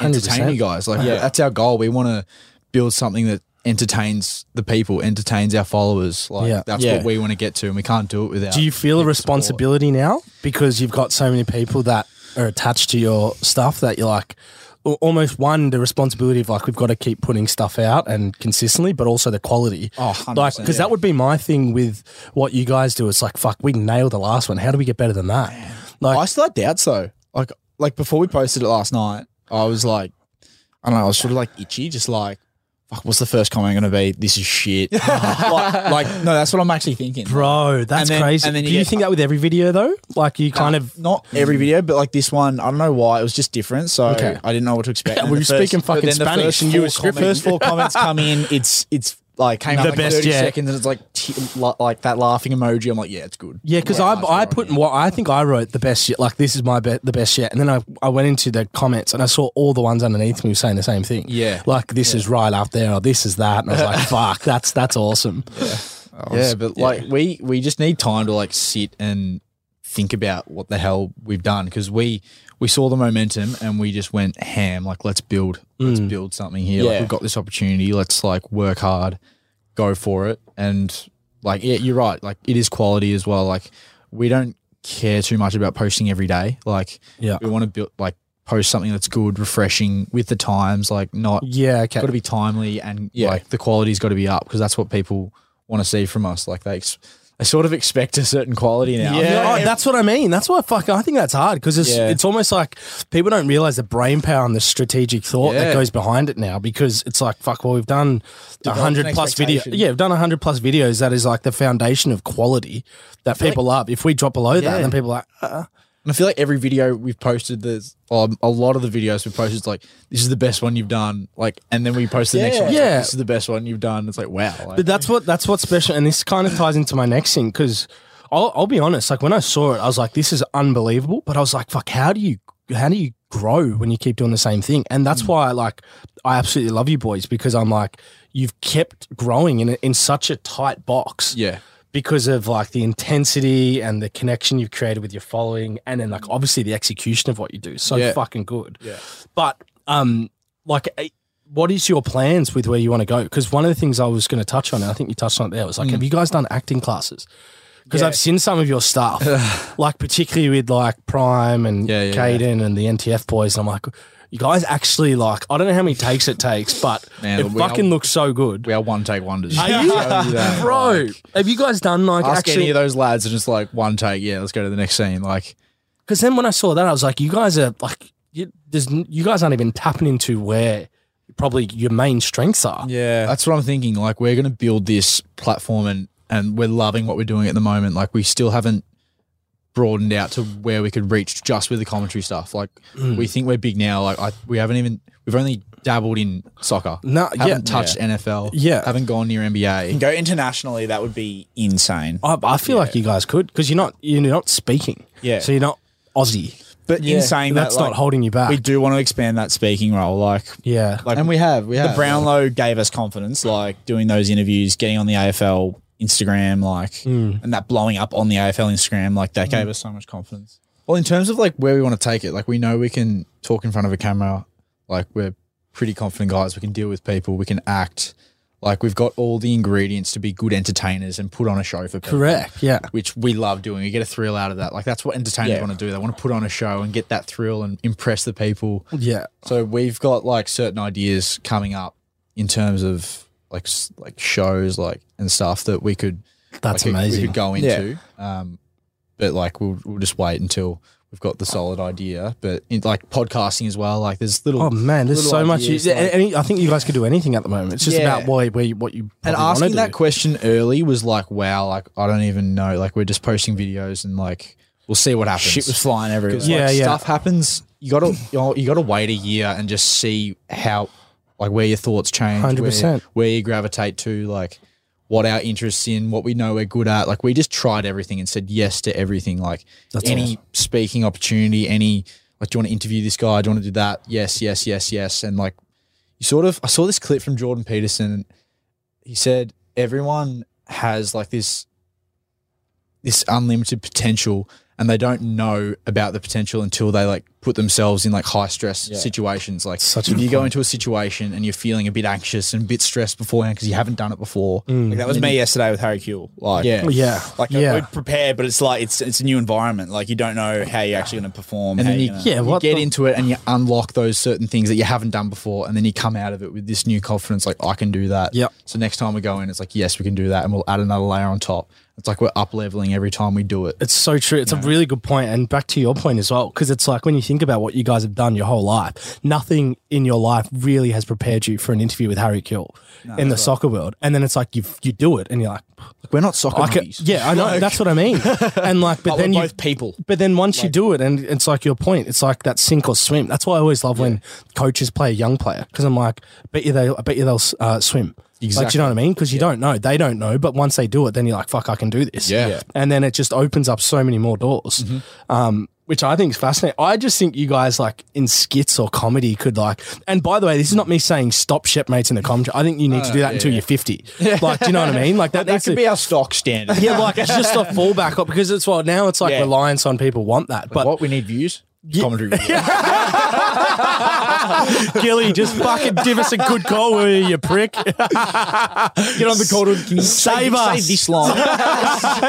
entertain
100%.
you guys. Like
Yeah.
that's our goal. We want to build something that entertains the people, entertains our followers. Like
Yeah.
that's
Yeah.
what we want to get to, and we can't do it without.
Do you feel a responsibility now because you've got so many people that are attached to your stuff that you're like al- almost one the responsibility of like we've got to keep putting stuff out and consistently, but also the quality.
Oh,
like
100%,
because that would be my thing with what you guys do. It's like fuck, we nailed the last one. How do we get better than that? Like
I still had doubts though. Like like before we posted it last night, I was like, I don't know, I was sort of like itchy, just like. Fuck, what's the first comment going to be? This is shit. like, like, no, that's what I'm actually thinking.
Bro, that's
And then-
crazy.
and then
Do
you
you
get-
think that with every video though? Like you kind of
not every video, but like this one, I don't know why it was just different. So
Okay.
I didn't know what to expect.
Well,
the
you're speaking fucking
but then the
Spanish
first
and you
four
were scripting.
First four comments come in. It's it's like came
came
out
out
The
like
best
30
yet.
seconds and it's like t- la- like that laughing emoji. I'm like, yeah, it's good.
Yeah, because I, I put what I think I wrote the best shit. Like this is my be- the best shit, and then I, I went into the comments and I saw all the ones underneath me saying the same thing.
Yeah.
like this is right up there, or this is that, and I was like, fuck, that's that's awesome.
yeah, but like we we just need time to like sit and think about what the hell we've done because we we saw the momentum and we just went ham. Like, let's build, let's build something here.
Yeah.
Like, we've got this opportunity. Let's like work hard, go for it, and like yeah, you're right. Like, it is quality as well. Like, we don't care too much about posting every day. Like,
Yeah.
we want to build like post something that's good, refreshing with the times. Like, not
Yeah, okay.
got to be timely and
Yeah.
like the quality's got to be up because that's what people want to see from us. Like they, ex- they sort of expect a certain quality now.
Yeah.
Yeah, oh, that's what I mean. That's why fuck. I think that's hard because it's
Yeah.
it's almost like people don't realize the brain power and the strategic thought that
Yeah.
goes behind it now. Because it's like fuck. Well, we've done a hundred plus videos.
expectation.
Yeah, we've done a hundred plus videos. That is like the foundation of quality that people love. If we drop below that,
Yeah.
then people are like.
And I feel like every video we've posted, there's um, a lot of the videos we've posted, it's like, this is the best one you've done. Like, and then we post the next one. it's like,
Yeah.
this is the best one you've done. It's like, wow. Like,
But that's what that's what's special, and this kind of ties into my next thing because I'll, I'll be honest. Like when I saw it, I was like, "This is unbelievable." But I was like, "Fuck, how do you how do you grow when you keep doing the same thing?" And that's why I like I absolutely love you boys because I'm like you've kept growing in a- in such a tight box
yeah.
because of like the intensity and the connection you've created with your following and then like obviously the execution of what you do so
Yeah.
fucking good
Yeah.
but um like eh, what is your plans with where you want to go because one of the things i was going to touch on and i think you touched on it there was like
Mm.
have you guys done acting classes because I've seen some of your stuff, like particularly with like Prime and
Yeah, yeah, yeah.
Caden and the NTF boys, and I'm like, you guys actually like, I don't know how many takes it takes, but
Man,
it
we-
fucking looks so good.
We are one take wonders.
Are you- bro? have you guys done like
Ask
actually
any of those lads and it's like one take. Yeah, let's go to the next scene. Like,
Because then when I saw that, I was like, you guys are like, you, there's, n- you guys aren't even tapping into where probably your main strengths are.
Yeah. That's what I'm thinking. Like we're gonna build this platform and and we're loving what we're doing at the moment. Like we still haven't broadened out to where we could reach just with the commentary stuff. Like we think we're big now. Like I, we haven't even we've only dabbled in soccer.
No, yeah.
haven't touched NFL.
Yeah.
Haven't gone near NBA.
Go internationally, that would be insane.
I, I feel like you guys could because you're not you're not speaking.
Yeah.
So you're not Aussie.
But in saying
That's
that,
not
like,
holding you back.
we do want to expand that speaking role. Like,
yeah.
like
And we have, we have
the Brownlow gave us confidence, like doing those interviews, getting on the AFL Instagram, like,
Mm.
and that blowing up on the AFL Instagram, like that gave us so much confidence.
Well, in terms of like where we want to take it, like we know we can talk in front of a camera, like we're pretty confident guys. We can deal with people. We can act. Like we've got all the ingredients to be good entertainers and put on a show for people.
Correct. Yeah.
Which we love doing. We get a thrill out of that. Like that's what entertainers
Yeah.
want to do. They want to put on a show and get that thrill and impress the people.
Yeah.
So we've got like certain ideas coming up in terms of like s- like shows like and stuff that we could
That's
like, We
amazing.
could go into, um, but like we'll, we'll just wait until we've got the solid idea. But in, like podcasting as well, like there's little.
Oh man, there's
little
so much.
ideas,
yeah,
like-
any, I think you guys could do anything at the moment. It's just
Yeah.
about why, where you, what you
and
probably wanna
asking that
do.
question early was like, wow, like I don't even know. Like we're just posting videos and like we'll see what happens.
Shit was flying everywhere.
'Cause, like,
Yeah, yeah.
Stuff happens. You gotta you know, you gotta wait a year and just see how like where your thoughts change, where-
100%.
where you gravitate to, like what our interests in, what we know we're good at. Like we just tried everything and said yes to everything. Like any speaking opportunity, any like do you want to interview this guy? Do you want to do that? Yes, yes, yes, yes. And like you sort of I saw this clip from Jordan Peterson. He said everyone has like this this unlimited potential and they don't know about the potential until they like put themselves in like high stress situations like
Such a
if
good
you go into a situation and you're feeling a bit anxious and a bit stressed beforehand because you haven't done it before
Mm.
Like, that was me yesterday with Harry Kuehl. Like,
yeah
Yeah.
Like
yeah.
we're prepared, but it's like it's it's a new environment. Like you don't know how you're actually going to perform.
and
how
then you,
you're gonna-
Yeah,
you
what
get
the-
into it and you unlock those certain things that you haven't done before and then you come out of it with this new confidence like i can do that
Yep.
so next time we go in it's like yes we can do that and we'll add another layer on top it's like we're up leveling every time we do it
It's so true. It's a really good point. And back to your point as well, because it's like when you think about what you guys have done your whole life, nothing in your life really has prepared you for an interview with Harry Kill in the soccer world. And then it's like you you do it and you're like,
we're not soccer
I can,
monkeys.
yeah, I know. that's what I mean. And like, but
but
then
we're
you,
both people
but then once you do it, and it's like your point, it's like that sink or swim. That's why I always love when coaches play a young player because I'm like, bet you they, I bet you they'll uh, swim. Like, do you know what I mean? Because you don't know, they don't know, but once they do it, then you're like, fuck, I can do this.
Yeah. Yeah.
And then it just opens up so many more doors. Um, which I think is fascinating. I just think you guys like in skits or comedy could like. And by the way, this is not me saying stop shipmates in the comedy. I think you need to do that until you're 50. Like, do you know what I mean? Like that,
that
that's
could
a-
be our stock standard.
yeah, like it's just a fallback op- because it's well now it's like
Yeah.
reliance on people want that. But
what we need views commentary video.
Gilly, just fucking give us a good call, will you, you prick?
Get on the call to can you
Save
say-
us.
Say this long.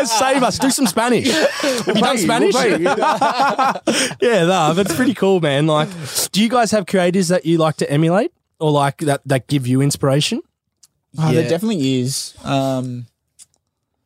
Save us. Do some Spanish. Have you done Spanish? yeah, nah, but it's pretty cool, man. Like, do you guys have creators that you like to emulate or like that that give you inspiration?
Oh,
Yeah.
There definitely is. Um,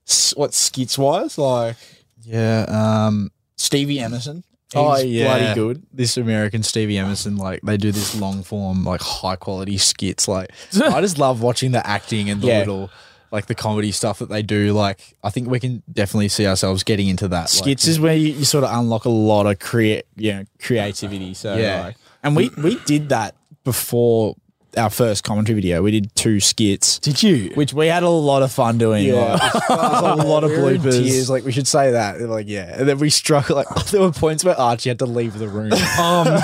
s- what skits wise, like
yeah. Um,
Stevie Emerson. He's
oh yeah,
bloody good.
This American Stevie Emerson, like they do this long form, like high quality skits. Like I just love watching the acting and the
Yeah.
little, like the comedy stuff that they do. Like I think we can definitely see ourselves getting into that. Like,
Skits is where you, you sort of unlock a lot of create, you know, creativity. So
Yeah.
like- and we we did that before our first commentary video. We did two skits,
Did you?
which we had a lot of fun doing.
Yeah.
like, a lot of
we were in
bloopers.
tears, Like we should say that. Like yeah, and then we struggled. Like there were points where Archie had to leave the room
Um,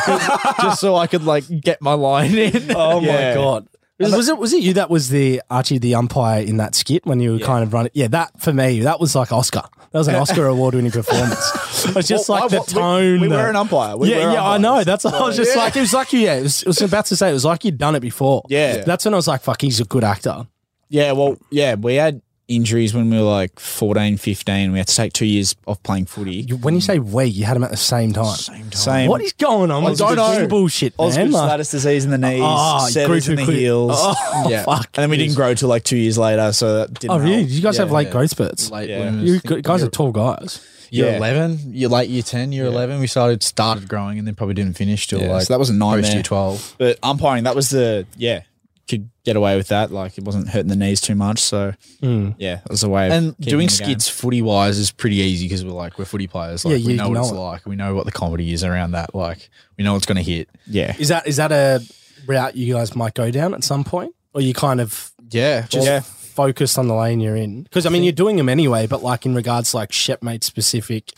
just so I could like get my line in.
oh
Yeah.
my god. Was, was it was it you that was the Archie the umpire in that skit when you were kind of running? Yeah, that for me that was like Oscar. That was an Oscar award winning performance. It was just
Well,
like
I-
the tone.
Oh, We, we were
the-
an umpire. We
yeah,
were
yeah, I
umpires.
know. That's I was just like, it was like you. Yeah, it was, it was about to say it was like you'd done it before.
Yeah.
that's when I was like, fuck, he's a good actor.
Yeah, well, yeah, we had injuries when we were like 14, 15. We had to take two years off playing footy.
You- When you say we, you had him at the same time.
Same.
What is going on? with
don't
this
know.
bullshit, man.
Osgood's
Like,
lattice disease in the knees,
Ah, it grew
severs
too
in the
quick.
heels.
Oh, fuck.
And then we didn't grow till like two years later, so that didn't
oh, really?
help.
Did you guys have late growth spurts?
Late
Yeah.
bloomers.
You
Think
g- guys
you're-
are tall guys.
year
Yeah.
11 year late year 10 year 11 we started started growing and then probably didn't finish till
Yeah,
like
so that was a nightmare.
post year 12
But umpiring, that was the yeah, could get away with that. Like it wasn't hurting the knees too much, so
Hmm.
yeah, that was a way. Of
and
keeping
doing
the game.
skits footy wise is pretty easy because we're like we're footy players like
Yeah,
we
you
know what
know
it's
it.
like we know what the comedy is around that like we know what's going to hit
yeah,
Is that is that a route you guys might go down at some point, or you kind of
yeah
just
Yeah.
focused on the lane you're in? Because I mean, you're doing them anyway, but like in regards to like shipmate specific.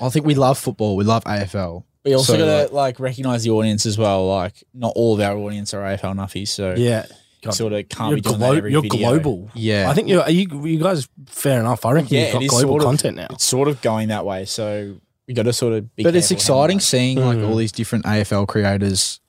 i think we love football we love afl
we also
So,
gotta like, recognize the audience as well. Like not all of our audience are AFL nuffies, so
Yeah. God.
sort of can't
You're,
be doing
glo-
that every
you're
video.
global.
Yeah.
I think you're, are you, you guys, fair enough. I reckon
Yeah,
you've got
it is
global
sort of-
content now.
It's sort of going that way, so we got to sort of. Be
but it's
careful how
exciting
much-
seeing like all these different afl creators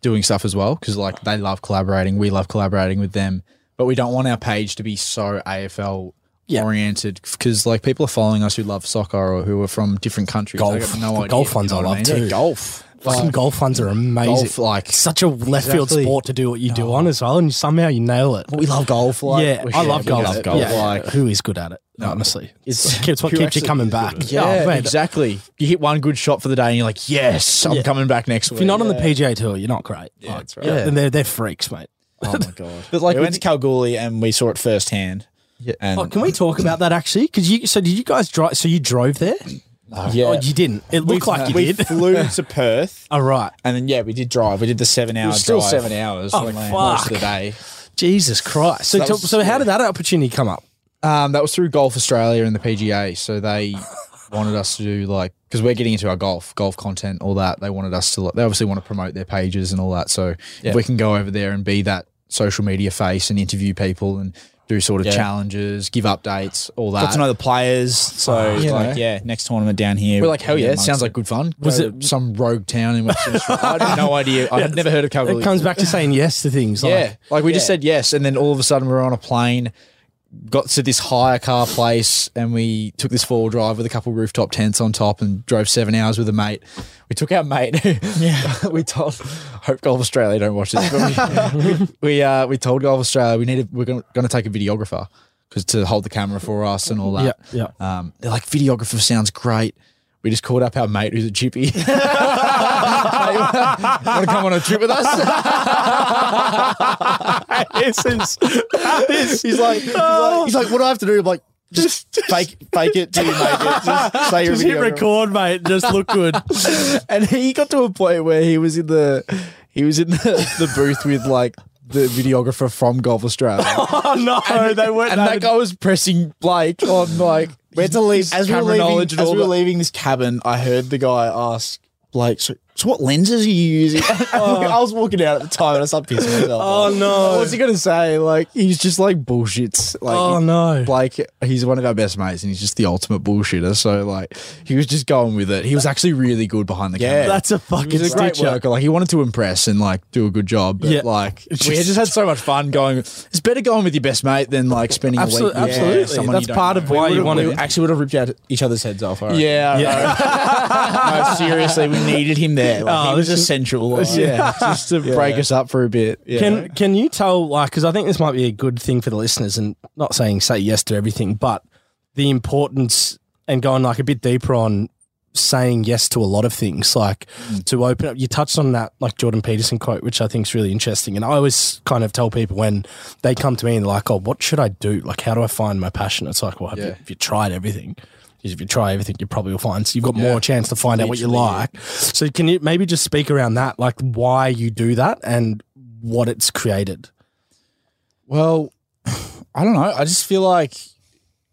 doing stuff as well because like they love collaborating we love collaborating with them but we don't want our page to be so afl
Yeah.
oriented because like people are following us who love soccer or who are from different countries They
Golf.
got no
The
idea,
golf ones I
what
love
mean?
too.
Yeah, golf
Fucking golf funds are amazing.
golf like
Such a left field
Exactly.
sport to do what you do on as well, and somehow you nail it.
we love golf like
yeah,
we
I
should
love
be
golf.
good at golf
Yeah.
like
Who is good at it? Honestly, it's, it's what
who
keeps you
actually
coming back.
yeah,
Oh, man,
exactly. You hit one good shot for the day, and you're like, "Yes, I'm coming back next week."
If you're not on the PGA tour, you're not great. Yeah,
that's right.
And they're they're freaks, mate.
Oh my god!
But, like,
we went
we-
to Kalgoorlie and we saw it firsthand. Yeah, and
Oh, can we talk about that actually? Because you so did you guys drive? So you drove there?
Yeah.
Oh, you didn't. It looked like you
we
did.
flew to Perth,
All right.
and then yeah, we did drive. We did the seven hour.
It was still
drive.
seven hours.
Oh,
like,
fuck.
Most of the day.
Jesus Christ. So,
That
t-
was-
so how did that opportunity come up?
Um, that was through Golf Australia and the PGA. So they wanted us to do like because we're getting into our golf, golf content, all that. They wanted us to. Like, they obviously want to promote their pages and all that. So if we can go over there and be that social media face and interview people and do sort of
Yeah.
challenges, give updates, all that.
Got to know the players. So
You
like,
know.
yeah, next tournament down here.
Ah, we're like, hell yeah,
amongst
sounds like good fun. Was it some rogue town in Western Australia? I had no idea. I had never heard of Kalgoorlie.
It comes back to saying yes to things. Like,
Yeah. Like we just
Yeah.
said yes. And then all of a sudden we were on a plane, got to this hire car place, and we took this four wheel drive with a couple rooftop tents on top and drove seven hours with a mate. We took our mate. yeah. we told, hope Golf Australia don't watch this. But we, we, uh, we told Golf Australia we needed, we're going to take a videographer. Because to hold the camera for us and all that.
Yeah,
Um, they're like, videographer sounds great. We just called up our mate who's a chippy. Want to come on a trip with us?
This is-
He's like, he's
Oh.
like, he's like, what do I have to do? I'm like, just fake, fake it till you make it. Just say your
Just hit record, mate. Just look good.
And he got to a point where he was in the, he was in the, the booth with like the videographer from Golf Australia,
oh no, they weren't.
and that guy was pressing Blake on like.
We had to leave as we were
camera
leaving,
knowledge and
as
all
we were
that.
leaving this cabin. I heard the guy ask, like, so, so what lenses are you using? I was walking out at the time and I started pissing myself.
Oh no.
What's he gonna say? Like he's just like bullshits. Like
Oh no.
Blake, he's one of our best mates, and he's just the ultimate bullshitter. So like, he was just going with it. He was actually really good behind the
Yeah.
camera.
That's a fucking
He's a great
stitcher.
worker. Like he wanted to impress and like do a good job. But
Yeah.
like
It's
we
just-
just had so much fun going. It's better going with your best mate than like spending
Absolute-
a week. with
absolutely.
someone
That's
you don't
part
know.
of why
We
you
would've-
want
we
to.
actually would have ripped out each other's heads off. alright.
Yeah.
Yeah.
no, seriously, we needed him there. Like,
Oh,
he was
this is-
essential. Like,
Yeah, just to break us up for a bit. Yeah.
Can can you tell like because I think this might be a good thing for the listeners and not saying say yes to everything, but the importance and going like a bit deeper on saying yes to a lot of things like to open up you touched on that like jordan peterson quote which i think is really interesting and i always kind of tell people when they come to me and they're like oh what should i do like how do i find my passion it's like well have, you,
Yeah.
have you tried everything 'Cause if you try everything you probably will find so you've got more chance to find out what you like so can you maybe just speak around that like why you do that and what it's created
well,
I don't know. I just feel like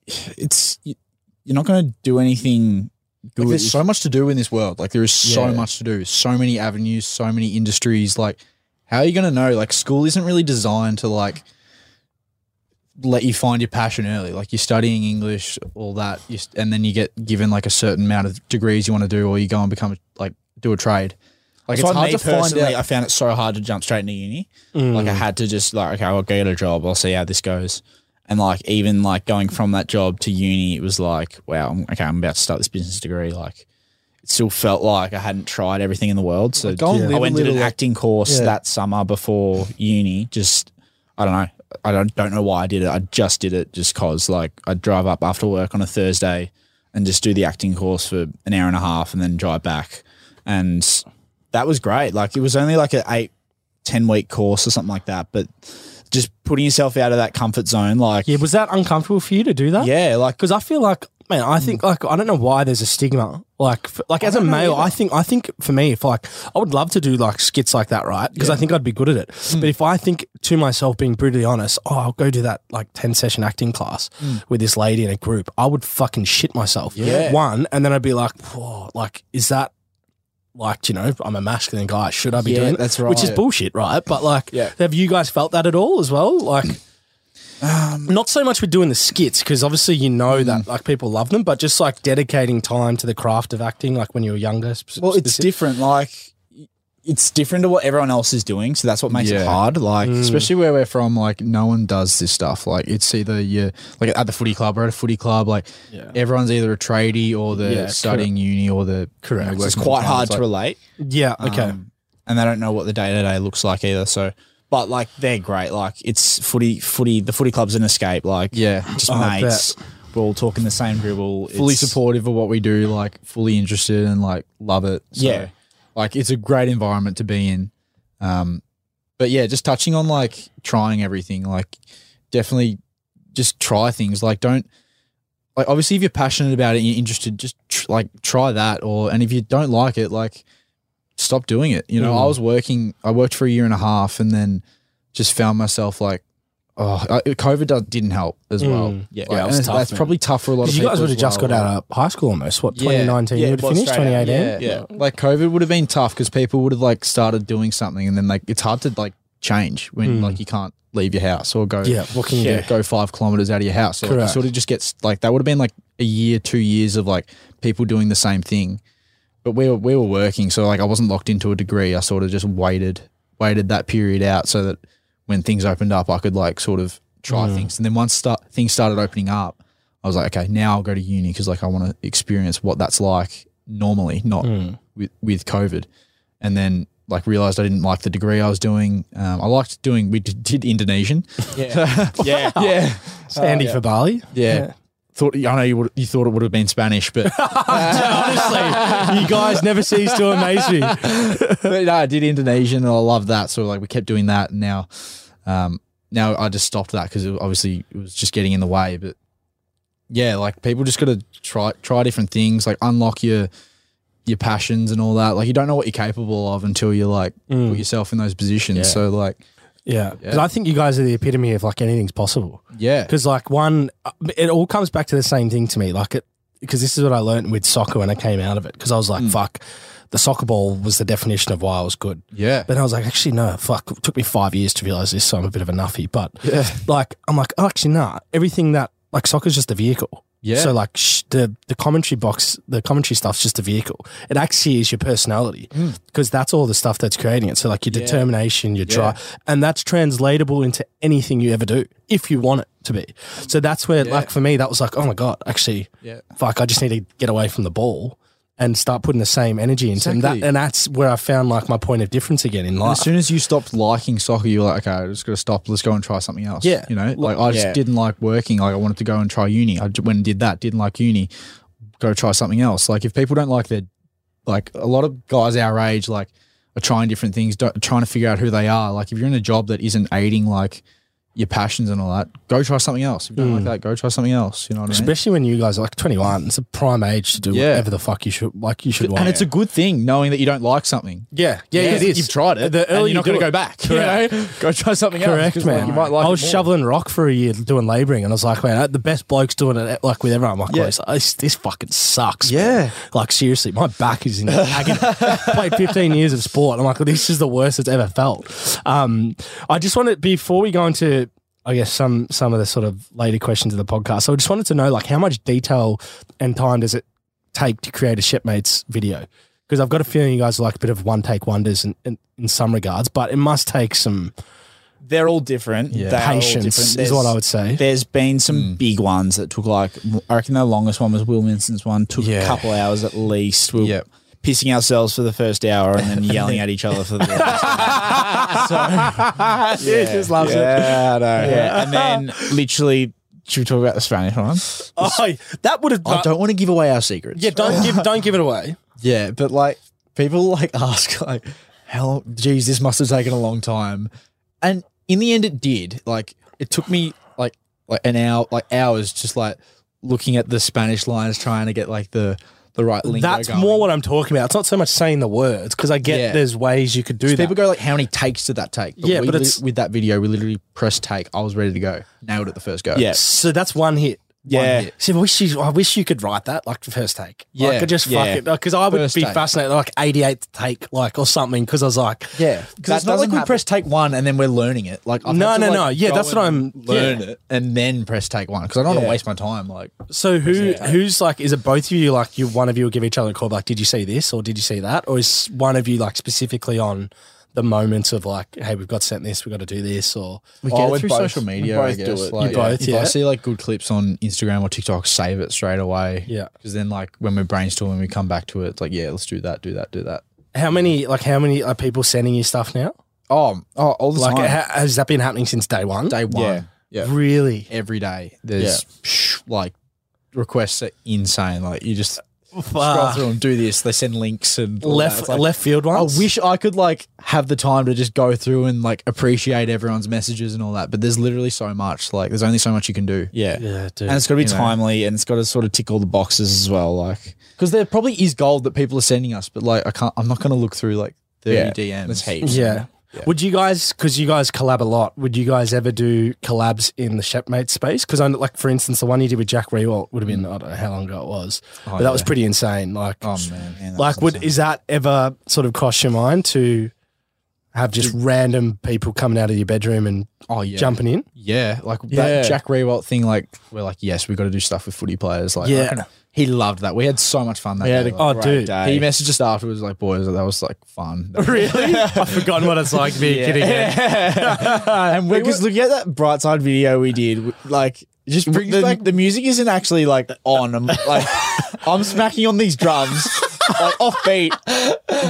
it's you- you're not going to do anything good.
like, there's so much to do in this world. Like there is so
Yeah.
much to do. So many avenues. So many industries. Like how are you gonna know? Like school isn't really designed to like let you find your passion early. Like you're studying English, all that, you, st- and then you get given like a certain amount of degrees you want to do, or you go and become a- like do a trade. Like
So
it's hard
me
to find
personally, I
out.
found it so hard to jump straight into uni. Like I had to just like, okay, I'll go get a job. I'll see how this goes. And like even like going from that job to uni, it was like, wow, I'm- okay, I'm about to start this business degree. Like it still felt like I hadn't tried everything in the world. So
go and
I
live a
went and did an
little-
acting course that summer before uni. Just I don't know. I don't don't know why I did it. I just did it just cause like I'd drive up after work on a Thursday and just do the acting course for an hour and a half and then drive back. And that was great. Like it was only like an eight, 10 week course or something like that. But just putting yourself out of that comfort zone, like
yeah was that uncomfortable for you to do that
yeah, like
because I feel like man, I think like I don't know why there's a stigma. Like f like as a male, I think I think for me, if like I would love to do like skits like that, right? Because I think I'd be good at it.
Mm.
But if I think to myself, being brutally honest, oh, I'll go do that like ten session acting class with this lady in a group, I would fucking shit myself.
Mm. Yeah.
One, and then I'd be like, whoa, like is that like you know, I'm a masculine guy. Should I be
Yeah,
doing
that's
it? Which is
right.
bullshit, right? But like,
Yeah.
have you guys felt that at all as well? Like, not so much with doing the skits because obviously you
Mm.
know that like people love them, but just like dedicating time to the craft of acting, like when you were younger. sp-
Well, it's
speci-
different. Like it's different to what everyone else is doing, so that's what makes it
Yeah. Mm.
hard. Like
Especially where we're from, like no one does this stuff. Like it's either you like at the footy club or at a footy club. Like everyone's either a tradie or they're
Yeah,
studying uni or they're
Correct.
working
it's
full
quite
time.
hard
It's
to
like-
relate,
yeah. Okay.
um, and they don't know what the day to day looks like either. So, but like they're great. Like it's footy, footy. The footy club's an escape. Like
Yeah,
just
Oh, I
mates. We're all talking the same dribble.
fully
It's-
supportive of what we do, like fully interested and like love it. So,
Yeah.
like it's a great environment to be in. Um, but yeah, just touching on like trying everything, like definitely just try things. Like don't like obviously if you're passionate about it and you're interested just tr- like try that or and if you don't like it like stop doing it you know
Mm.
i was working i worked for a year and a half and then just found myself like oh I, covid do- didn't help as well yeah,
Mm. Yeah, it was tough,
that's
man.
probably tough for a lot of
you
people
guys would have
as
just
well,
got
like-
out of high school almost. What
Yeah.
2019?
Yeah,
you would have
well,
finished
straight out,
2018.
yeah. Like COVID would have been tough because people would have like started doing something and then like it's hard to like change when like you can't leave your house or go
Hmm. Yeah, what can you do?
go five kilometers out of your house. So like, it
Correct.
sort of just gets like that would have been like a year, two years of like people doing the same thing. But we were we were working, so like I wasn't locked into a degree. I sort of just waited waited that period out so that when things opened up I could like sort of try things. And then once start, things started opening up, I was like, okay, now I'll go to uni because like I want to experience what that's like normally, not
Hmm.
with with COVID. And then like realized I didn't like the degree I was doing. Um, I liked doing we did, did Indonesian. Yeah, yeah, Uh, yeah,
Sandy for Bali.
yeah. Thought I know you would, you thought it would have been Spanish, but
Honestly, you guys never cease to amaze me.
but no, I did Indonesian and I loved that. So like we kept doing that. And now, um, now I just stopped that because obviously it was just getting in the way. But yeah, like people just got to try try different things, like unlock your your passions and all that. Like you don't know what you're capable of until you like put yourself in those positions. So like
Yeah, 'Cause I think you guys are the epitome of like anything's possible.
yeah,
Because like one, uh, it all comes back to the same thing to me. Like it, because this is what I learned with soccer when I came out of it. Because I was like,
Mm.
fuck, the soccer ball was the definition of why I was good.
yeah,
But I was like, actually, no, fuck. It took me five years to realize this, so I'm a bit of a nuffy. But like, I'm like, oh, actually, nah. Everything that like soccer's just a vehicle.
Yeah.
So like sh- the the commentary box, the commentary stuff's just a vehicle. It actually is your personality
Mm.
because that's all the stuff that's creating it. So like your determination, your drive, and that's translatable into anything you ever do if you want it to be. So that's where like for me, that was like, oh my god, actually,
Yeah.
fuck, I just need to get away from the ball. And start putting the same energy into and that,
Exactly.
and that's where I found like my point of difference again in
And
life.
as soon as you stopped liking soccer, you were like, okay, I just got to stop. Let's go and try something else.
Yeah.
You know, like I just
yeah.
didn't like working. Like I wanted to go and try uni. I j- went and did that. Didn't like uni. Go try something else. Like if people don't like their, like a lot of guys our age, like are trying different things, don't, trying to figure out who they are. Like if you're in a job that isn't aiding like your passions and all that, go try something else. If you
Hmm.
don't like that, go try something else. You know what I mean?
Especially when you guys are like 21, it's a prime age to do
Yeah.
whatever the fuck you should like you should want.
And it's a good thing knowing that you don't like something.
yeah, yeah, it is.
You've tried it.
The earlier
and you're
you do
not going to
it.
go back. you
Correct.
know? Go try something else.
Correct,
'cause, like,
man.
you might like
I
it
was
more.
shoveling rock for a year doing labouring, and I was like, man, the best blokes doing it like with everyone. I'm like, yeah. this, this fucking sucks. man." like seriously, my back is in agony. Played 15 years of sport. I'm like, this is the worst it's ever felt. Um, I just wanted before we go into. I guess some some of the sort of later questions of the podcast. So I just wanted to know, like, how much detail and time does it take to create a shipmates video? Because I've got a feeling you guys are like a bit of one take wonders in, in, in some regards, but it must take some
They're all different. They are all
patience
different.
is what I would say. Mm.
There's been some big ones that took like I reckon the longest one was Will Minson's one took a
Yeah.
couple hours at least. We were
Yep.
pissing ourselves for the first hour and then yelling at each other for the rest.
Yeah, just loves
yeah, I know. and then literally, should we talk about the Spanish one?
Oh, that would have.
I don't want to give away our secrets.
yeah, don't give don't give it away.
Yeah, but like people like ask like how long geez, this must have taken a long time. And in the end it did. Like it took me like like an hour like hours just like looking at the Spanish lines trying to get like the the right lingo.
That's
going.
more what I'm talking about. It's not so much saying the words because I get
Yeah.
there's ways you could do that.
people go like how many takes did that take?
Yeah,
we
but
lit-
it's-
with that video we literally pressed take. I was ready to go. Nailed it the first go.
Yeah.
so that's one hit.
Yeah.
See, I wish you, I wish you could write that like the first take.
Yeah,
like, I just
yeah.
fuck it because I would
First
be
take.
fascinated like 88th take like or something because I was like
Yeah,
That
because it's not like
doesn't
we
happen.
press take one and then we're learning it. Like I've
No,
had to,
no,
like,
no. Yeah,
go
that's what
and
I'm-
learn
yeah.
it and then press take one because I don't want
Yeah.
to waste my time. Like
So who who's like is it both of you like you one of you will give each other a call like did you see this or did you see that or is one of you like specifically on the moments of like hey we've got sent this we've got to do this or
We
Oh,
get
we'd
it through
both-
social media,
we'd
I
both do
guess.
it.
Like,
You both,
if
yeah?
I see like good clips on Instagram or TikTok, save it straight away.
Yeah.
Because then, like, when we're brainstorming, we come back to it. It's like, yeah, let's do that, do that, do that.
how many like how many are people sending you stuff now
Oh, oh all the
like
time.
ha- has that been happening since day one
day one.
Yeah.
Yeah.
really
Every day. There's psh, like requests are insane. Like, you just, scroll through and do this. They send links and all that.
left
It's like,
left field
I
ones.
wish I could like have the time to just go through and like appreciate everyone's messages and all that. But there's literally so much. Like there's only so much you can do.
Yeah.
Yeah, dude.
And it's got to be
You know.
timely and it's got to sort of tick all the boxes as well. Like,
Because there probably is gold that people are sending us, but like I can't I'm not gonna look through like thirty
Yeah,
DMs.
there's heaps.
Yeah. Would you guys, because you guys collab a lot, would you guys ever do collabs in the Shepmate space? Because, like, for instance, the one you did with Jack Rewalt would have been, I don't know how long ago it was, but that was pretty insane. Like,
Oh man. man that
like
was
would is that ever sort of cross your mind to have just random people coming out of your bedroom and
insane. oh yeah.
jumping in?
Yeah. Like
Yeah.
that Jack Rewalt thing, like we're like, yes, we gotta do stuff with footy players. Like I
Yeah.
reckon he loved that. We had so much fun that
We had
day.
a-
like,
Oh,
Right,
dude.
Dave.
he messaged us afterwards like, boys, that was like fun.
Really? I've forgotten what it's like being kidding.
and because looking at that Brightside video we did, w- like, it just
brings
the,
back-
the music isn't actually like on. I'm like, I'm smacking on these drums, like off beat.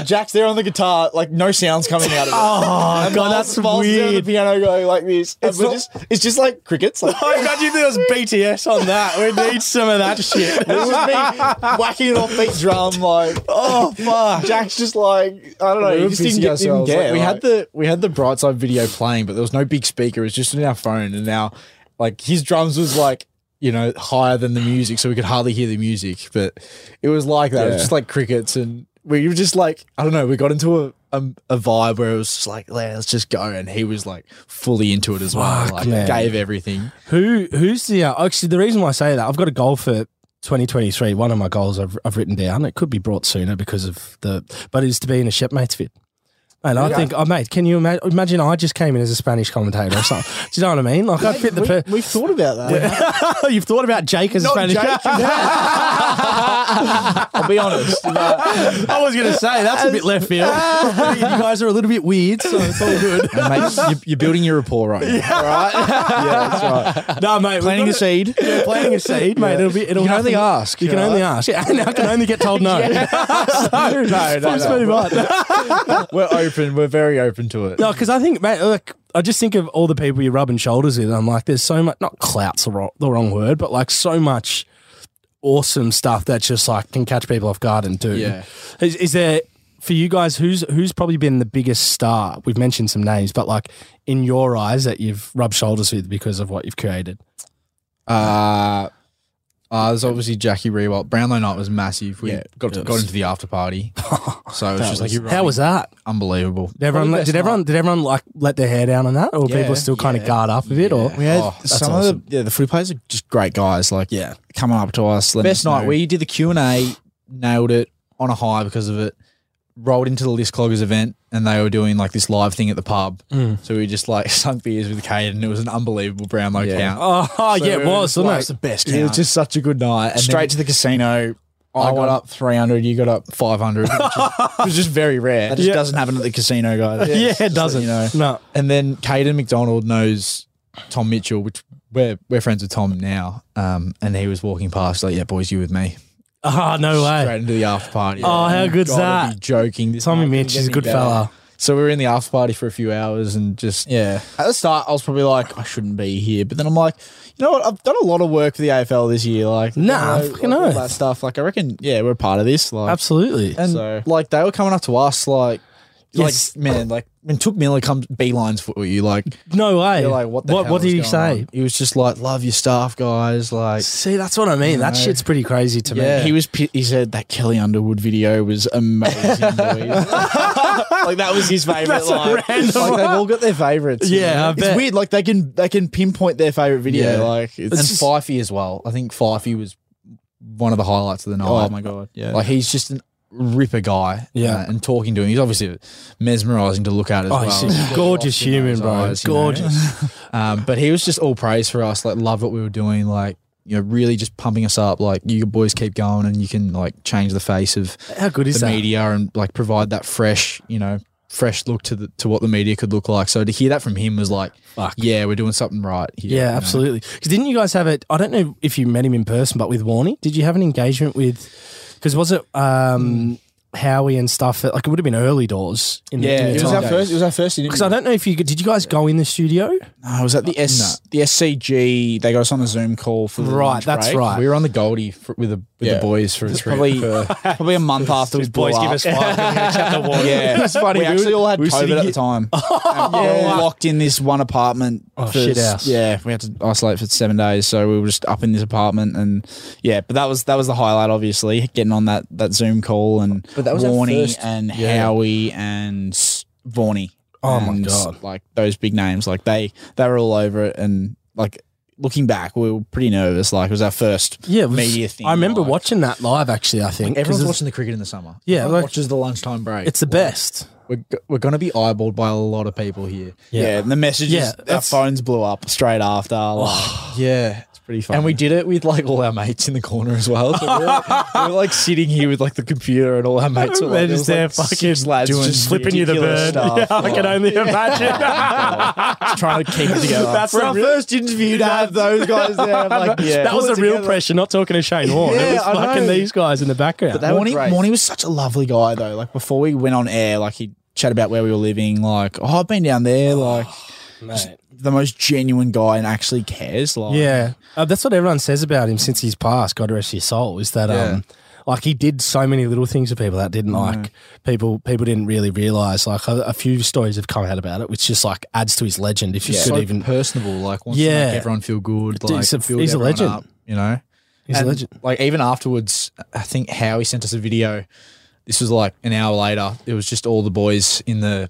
Jack's there on the guitar, like no sounds coming out of it. Oh
God, that's
The
weird.
piano going like this. It's,
not-
just, it's just like crickets. Like,
I got you there was BTS on that. We need some of that shit.
It was me whacking it off beat drum, like oh fuck. Jack's just like I don't know.
We
he
were
just didn't
pissing
get, didn't
ourselves.
get
Like, we
like-
had the we had the Brightside video playing, but there was no big speaker. It was just in our phone, and now like his drums was like you know higher than the music, so we could hardly hear the music. But it was like that. It
Yeah.
was just like crickets, and we were just like I don't know. We got into a a, a vibe where it was just like "Yeah, let's just go, and he was like fully into it as well.
Fuck,
like
man.
gave everything.
Who who's the uh, actually the reason why I say that I've got a goal for 2023. One of my goals I've, I've written down. It could be brought sooner because of the, but is to be in a shipmates fit. Mate, I think, oh, mate, can you ima- imagine? I just came in as a Spanish commentator or something. Do you know what I mean? Like, I fit the. Per-
we, have thought about that.
You've thought about Jake as a Spanish.
I'll be honest.
I was going to say that's a bit left field. you guys are a little bit weird, so it's all good.
And mate, you're, you're building your rapport right now.
no, mate, planting a seed. Yeah, planting a seed, mate. It'll be. It'll
can only
happen.
ask,
You can
you know?
only ask. Yeah, and I can only get told no. so,
no,
let's
no.
move on.
We're open. We're very open to it.
No, because I think, mate, look, I just think of all the people you're rubbing shoulders with. and I'm like, there's so much, not clout's the wrong, the wrong word, but like so much awesome stuff that just like can catch people off guard and do.
Yeah.
Is, is there, for you guys, who's who's probably been the biggest star? We've mentioned some names, but like in your eyes that you've rubbed shoulders with because of what you've created.
Uh, uh, there's obviously Jackie Rewalt. Brownlow night was massive. We got got into the after party, so it was just like you're
How was that?
unbelievable.
Did everyone, let- did everyone, did everyone like let their hair down on that, or were people
Yeah,
still kind of guard up a bit, or
We had
Oh, that's
some
awesome.
of the yeah, the footy players are just great guys. Like
Yeah.
coming up to us. letting
Best
us know.
night. We did the Q and A, nailed it on a high because of it. Rolled into the List Cloggers event, and they were doing like this live thing at the pub. So we just like sunk beers with Cade, and it was an unbelievable Brownlow
Yeah.
count.
Oh, yeah,
we
it
were
was,
just
wasn't
like-
it?
best.
It was just such a good night. And
straight to the casino. I got
got-
up three hundred. You got up.
five hundred,
It was just very rare. That just
Yeah.
doesn't happen at the casino, guys.
Yeah, it doesn't.
You know.
No.
And then Caden McDonald knows Tom Mitchell, which we're we're friends with Tom now. Um, and he was walking past, like, yeah, boys, you with me.
Oh, no way.
Straight into the after party.
Oh, how good's
Gotta
that?
Be joking. This
Tommy
night couldn't
Mitch
get
is a
any
good
better.
fella.
So we were in the after party for a few hours and just
Yeah. At the start, I was probably like, I shouldn't be here. But then I'm like, you know what? I've done a lot of work for the AFL this year. Like,
Nah,
you know,
fucking
like, all
oath.
that stuff. Like, I reckon, yeah, we're part of this. Like,
Absolutely.
and
So-
like they were coming up to us like
Yes.
like man, like when Took Miller comes beelines for you, like
No way.
you're like, what the
what,
hell
what
is
did he
going
say?
on? He was just like, Love your staff, guys, like
See, that's what I mean. that shit's pretty crazy to
Yeah.
He was. pi- He said that Kelly Underwood video was amazing. boys. like that was his favorite.
That's a
like,
random
like, they've all got their favorites. you
Yeah,
know?
I
it's
bet.
weird. Like they can they can pinpoint their favorite video.
Yeah. oh
Like it's,
and
just-
Fifey as well. I think Fifey was one of the highlights of the night.
Oh my god! Yeah,
Like he's just a ripper guy.
Yeah.
uh, and talking to him, he's obviously mesmerizing to look at as
me. Oh,
well.
he's a gorgeous
You know,
human,
his
bro.
eyes, you know.
gorgeous.
Um, but he was just all praise for us. Like loved what we were doing. Like you know, really just pumping us up. Like you boys keep going, and you can like change the face of
How good is
the
that?
media and like provide that fresh, you know, fresh look to the to what the media could look like. So to hear that from him was like,
Fuck.
yeah, we're doing something right. Here,
Yeah,
you know?
absolutely. Because didn't you guys have it? I don't know
Mm.
if you met him in person, but with Warney, did you have an engagement with? Because was it um, Howie and stuff. Like it would have been early doors. In the,
Yeah,
in
it
the
was our
time.
first. It was our first interview.
Because I don't know if you could, did. You guys go in the studio?
No, it was at the S the SCG. They got us on a Zoom call for the
Right,
lunch
that's
break.
right.
We were on the Goldie for, with the with
Yeah.
the boys for three.
Probably
for,
probably a month after we boys up.
five.
Yeah,
It was funny,
We
we
actually
were-
all had
we were
COVID
sitting Oh,
at the
here-
time. And we were all locked in this one apartment.
Oh, shit
s-
house.
Yeah, we had to isolate for seven days, so we were just up in this apartment, and yeah. But that was that was the highlight, obviously, getting on that that Zoom call and
But that was our
Warney
first-
and
Yeah.
Howie and Vaughny.
Oh my
and,
God.
Like those big names, like they they were all over it, and like looking back, we were pretty nervous. Like it was our first
Yeah, it was-
media thing.
I remember
like-
watching that live. Actually, I think 'cause
everyone's
it's,
watching the cricket in the summer.
Yeah,
Everyone
like-
watches the lunchtime break.
it's the best.
we're, g- we're going to be eyeballed by a lot of people here.
Yeah, Oh. and the messages,
Yeah,
our
that's-
phones blew up straight after. Like,
Yeah, it's
pretty funny.
And we did it with like all our mates in the corner as well. So we we're, like, we we're like sitting here with like the computer and all our mates. Were, like,
They're
there
just
was,
there,
like, six
fucking
lads
doing
just
flipping
you the bird.
stuff.
Yeah, I can only imagine.
trying to keep it together.
That's
For
the
our
real-
first interview to have those guys there, I'm like, yeah.
that was the real pressure. Not talking to Shane Warne. it
Yeah,
was
I know.
fucking these guys in the background.
They were
Morning,
great.
Morning was such a lovely guy though. Like before we went on air, like he chat about where we were living. Like, oh, I've been down there. Like the most genuine guy and actually cares. Like,
Yeah, uh, that's what everyone says about him since he's passed. God rest your soul. Is that um, like he did so many little things for people that didn't like people. People didn't really realize. Like a, a few stories have come out about it, which just like adds to his legend. If you
Yeah,
could
so
even,
personable. Like, wants
Yeah.
to make everyone feel good.
Dude,
Like,
he's a-
build
he's a
everyone
legend.
up, you know.
he's a
And,
legend.
Like even afterwards, I think Howie sent us a video. This was like an hour later. It was just all the boys in the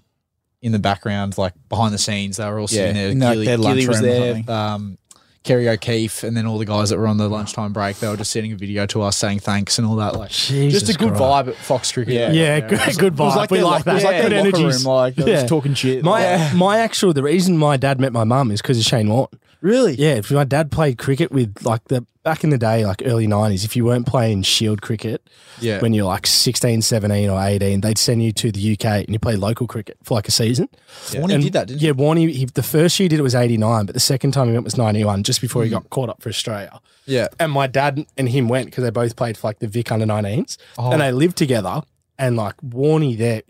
in the background, like behind the scenes. They were all
Yeah,
sitting there.
in, like,
Gilly,
their
Gilly was
lunchroom or
there.
something.
Um, Kerry O'Keefe, and then all the guys that were on the lunchtime break. They were just sending a video to us saying thanks and all that. Like
Jesus
just a good
Christ.
vibe at Fox Cricket.
Yeah.
Like,
Yeah, good, good vibe.
like
we
their
like
lock- it
that.
was like
good
their locker
energies.
room, like, they were just talking
shit,
My
like-
my actual the reason my dad met my mum is because of Shane Warne.
Really?
Yeah, if my dad played cricket with like the back in the day, like early nineties. If you weren't playing shield cricket,
Yeah.
when you're like 16, 17 or eighteen, they'd send you to the UK and you play local cricket for like a season.
Warney
And-
did that, didn't
yeah, Warney. He, the first year he did it was eighty nine, but the second time he went was ninety one, just before he got caught up for Australia.
he? Yeah.
And my dad and him went because they both played for like the Vic under 19s
Oh.
and they lived together. And like Warney, there,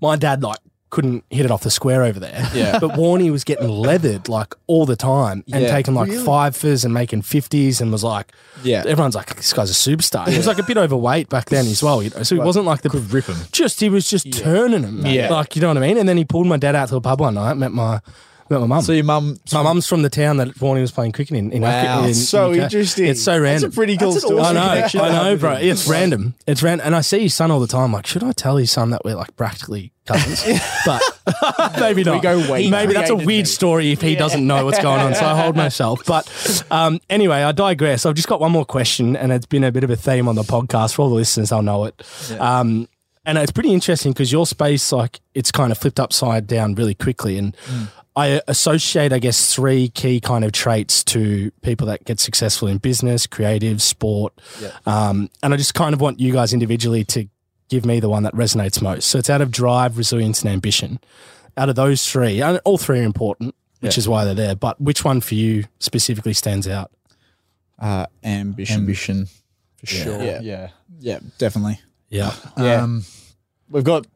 my dad like couldn't hit it off the square over there.
Yeah.
But Warney was getting leathered like all the time and
Yeah.
taking like fivers and making 50s and was like,
Yeah.
everyone's like, this guy's a superstar. He was like a bit overweight back then as well, you know. So he wasn't like the
Could rip 'em.
Just he was just turning him.
Yeah.
Like, you know what I mean? And then he pulled my dad out to a pub one night, met my met my mum.
So your mum.
My mum's from the town that Warney was playing cricket in. in
Wow.
in-
So
in UK.
interesting.
It's so random.
a pretty cool That's an story. awesome
I
connection
know, I
to
know,
have
bro.
with him.
It's random. It's random. And I see his son all the time. Like, should I tell his son that we're like practically cousins? but maybe not.
go way
maybe that's a
back.
weird story if he doesn't know what's going on. So I hold myself. But um, anyway, I digress. I've just got one more question, and it's been a bit of a theme on the podcast for all the listeners. They'll know it. Um, and it's pretty interesting because your space, like, it's kind of flipped upside down really quickly. And
Hmm.
I associate, I guess, three key kind of traits to people that get successful in business, creative, sport. Um, and I just kind of want you guys individually to give me the one that resonates most. So it's out of drive, resilience, and ambition. Out of those three, and all three are important, which is why they're there. But which one for you specifically stands out?
uh, ambition.
Ambition. For sure.
Yeah.
Yeah.
Yeah, definitely.
Yeah,
Yeah.
Um,
we've got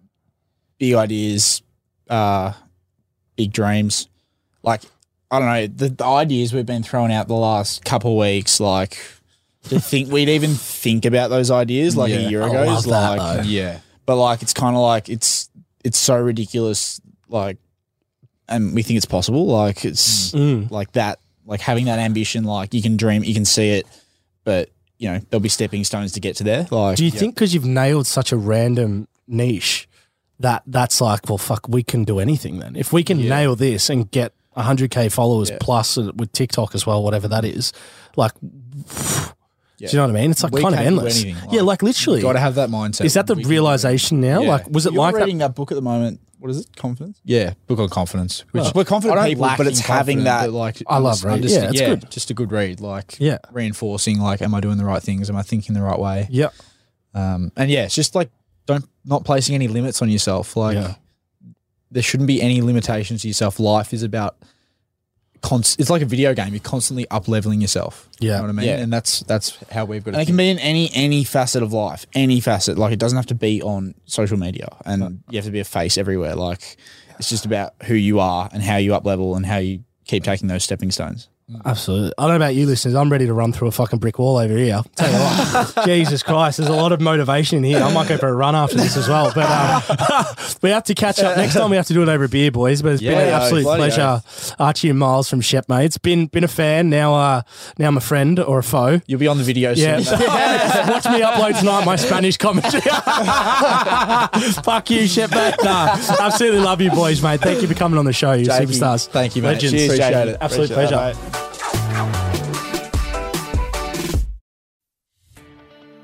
big ideas, uh, big dreams. Like I don't know the, the ideas we've been throwing out the last couple of weeks. Like to think we'd even think about those ideas like
Yeah.
a year
I
ago
love
is
that,
like,
though.
yeah.
but like it's kind of like it's it's so ridiculous. Like, and we think it's possible. Like it's
Mm.
like that. Like having that ambition. Like you can dream, you can see it, but you know there'll be stepping stones to get to there. Like
Do you think because you've nailed such a random niche that that's like, well, fuck, we can do anything then. If we can nail this and get 100k followers plus with TikTok as well, whatever that is, like, do you know what I mean? It's like
We
kind of
can do
endless.
anything,
yeah, like
like,
literally.
Got to have that mindset.
Is that the
We can do it.
realization now?
Yeah.
Like, was it
You're
like that?
reading that book at the moment? What is it? Confidence.
Yeah, book on confidence. Which
Oh.
We're confident
I don't
people,
lack
but it's
in
having
confidence,
that.
but, Like
I love
just
reading.
understand-
Yeah, it's good.
Just a good read. Like
Yeah.
reinforcing. Like, am I doing the right things? Am I thinking the right way?
Yeah.
Um, and yeah, it's just like don't not placing any limits on yourself. Like
Yeah.
there shouldn't be any limitations to yourself. Life is about const- it's like a video game. You're constantly up leveling yourself.
Yeah.
you know what I mean.
Yeah.
And that's that's how we've got.
And
to
it can be in any any facet of life, any facet. Like it doesn't have to be on social media, and you have to be a face everywhere. Like it's just about who you are and how you up level and how you keep taking those stepping stones.
Absolutely. I don't know about you listeners. I'm ready to run through a fucking brick wall over here. Tell you what. Jesus Christ, there's a lot of motivation in here. I might go for a run after this as well. But um, we have to catch up next time. We have to do it over a beer, boys. But it's been an
Yeah,
absolute
bloody
pleasure, Archie and Miles from Shep, mate. It's been been a fan. Now, uh, now I'm a friend or a foe.
You'll be on the video
Yeah.
soon.
Watch me upload tonight my Spanish commentary. Fuck you, shit, mate. Nah, absolutely love you, boys, mate. Thank you for coming on the show, you
Jakey,
superstars.
thank you, mate.
Legends.
Cheers,
Appreciate
Jakey.
it. Absolute
Appreciate
pleasure.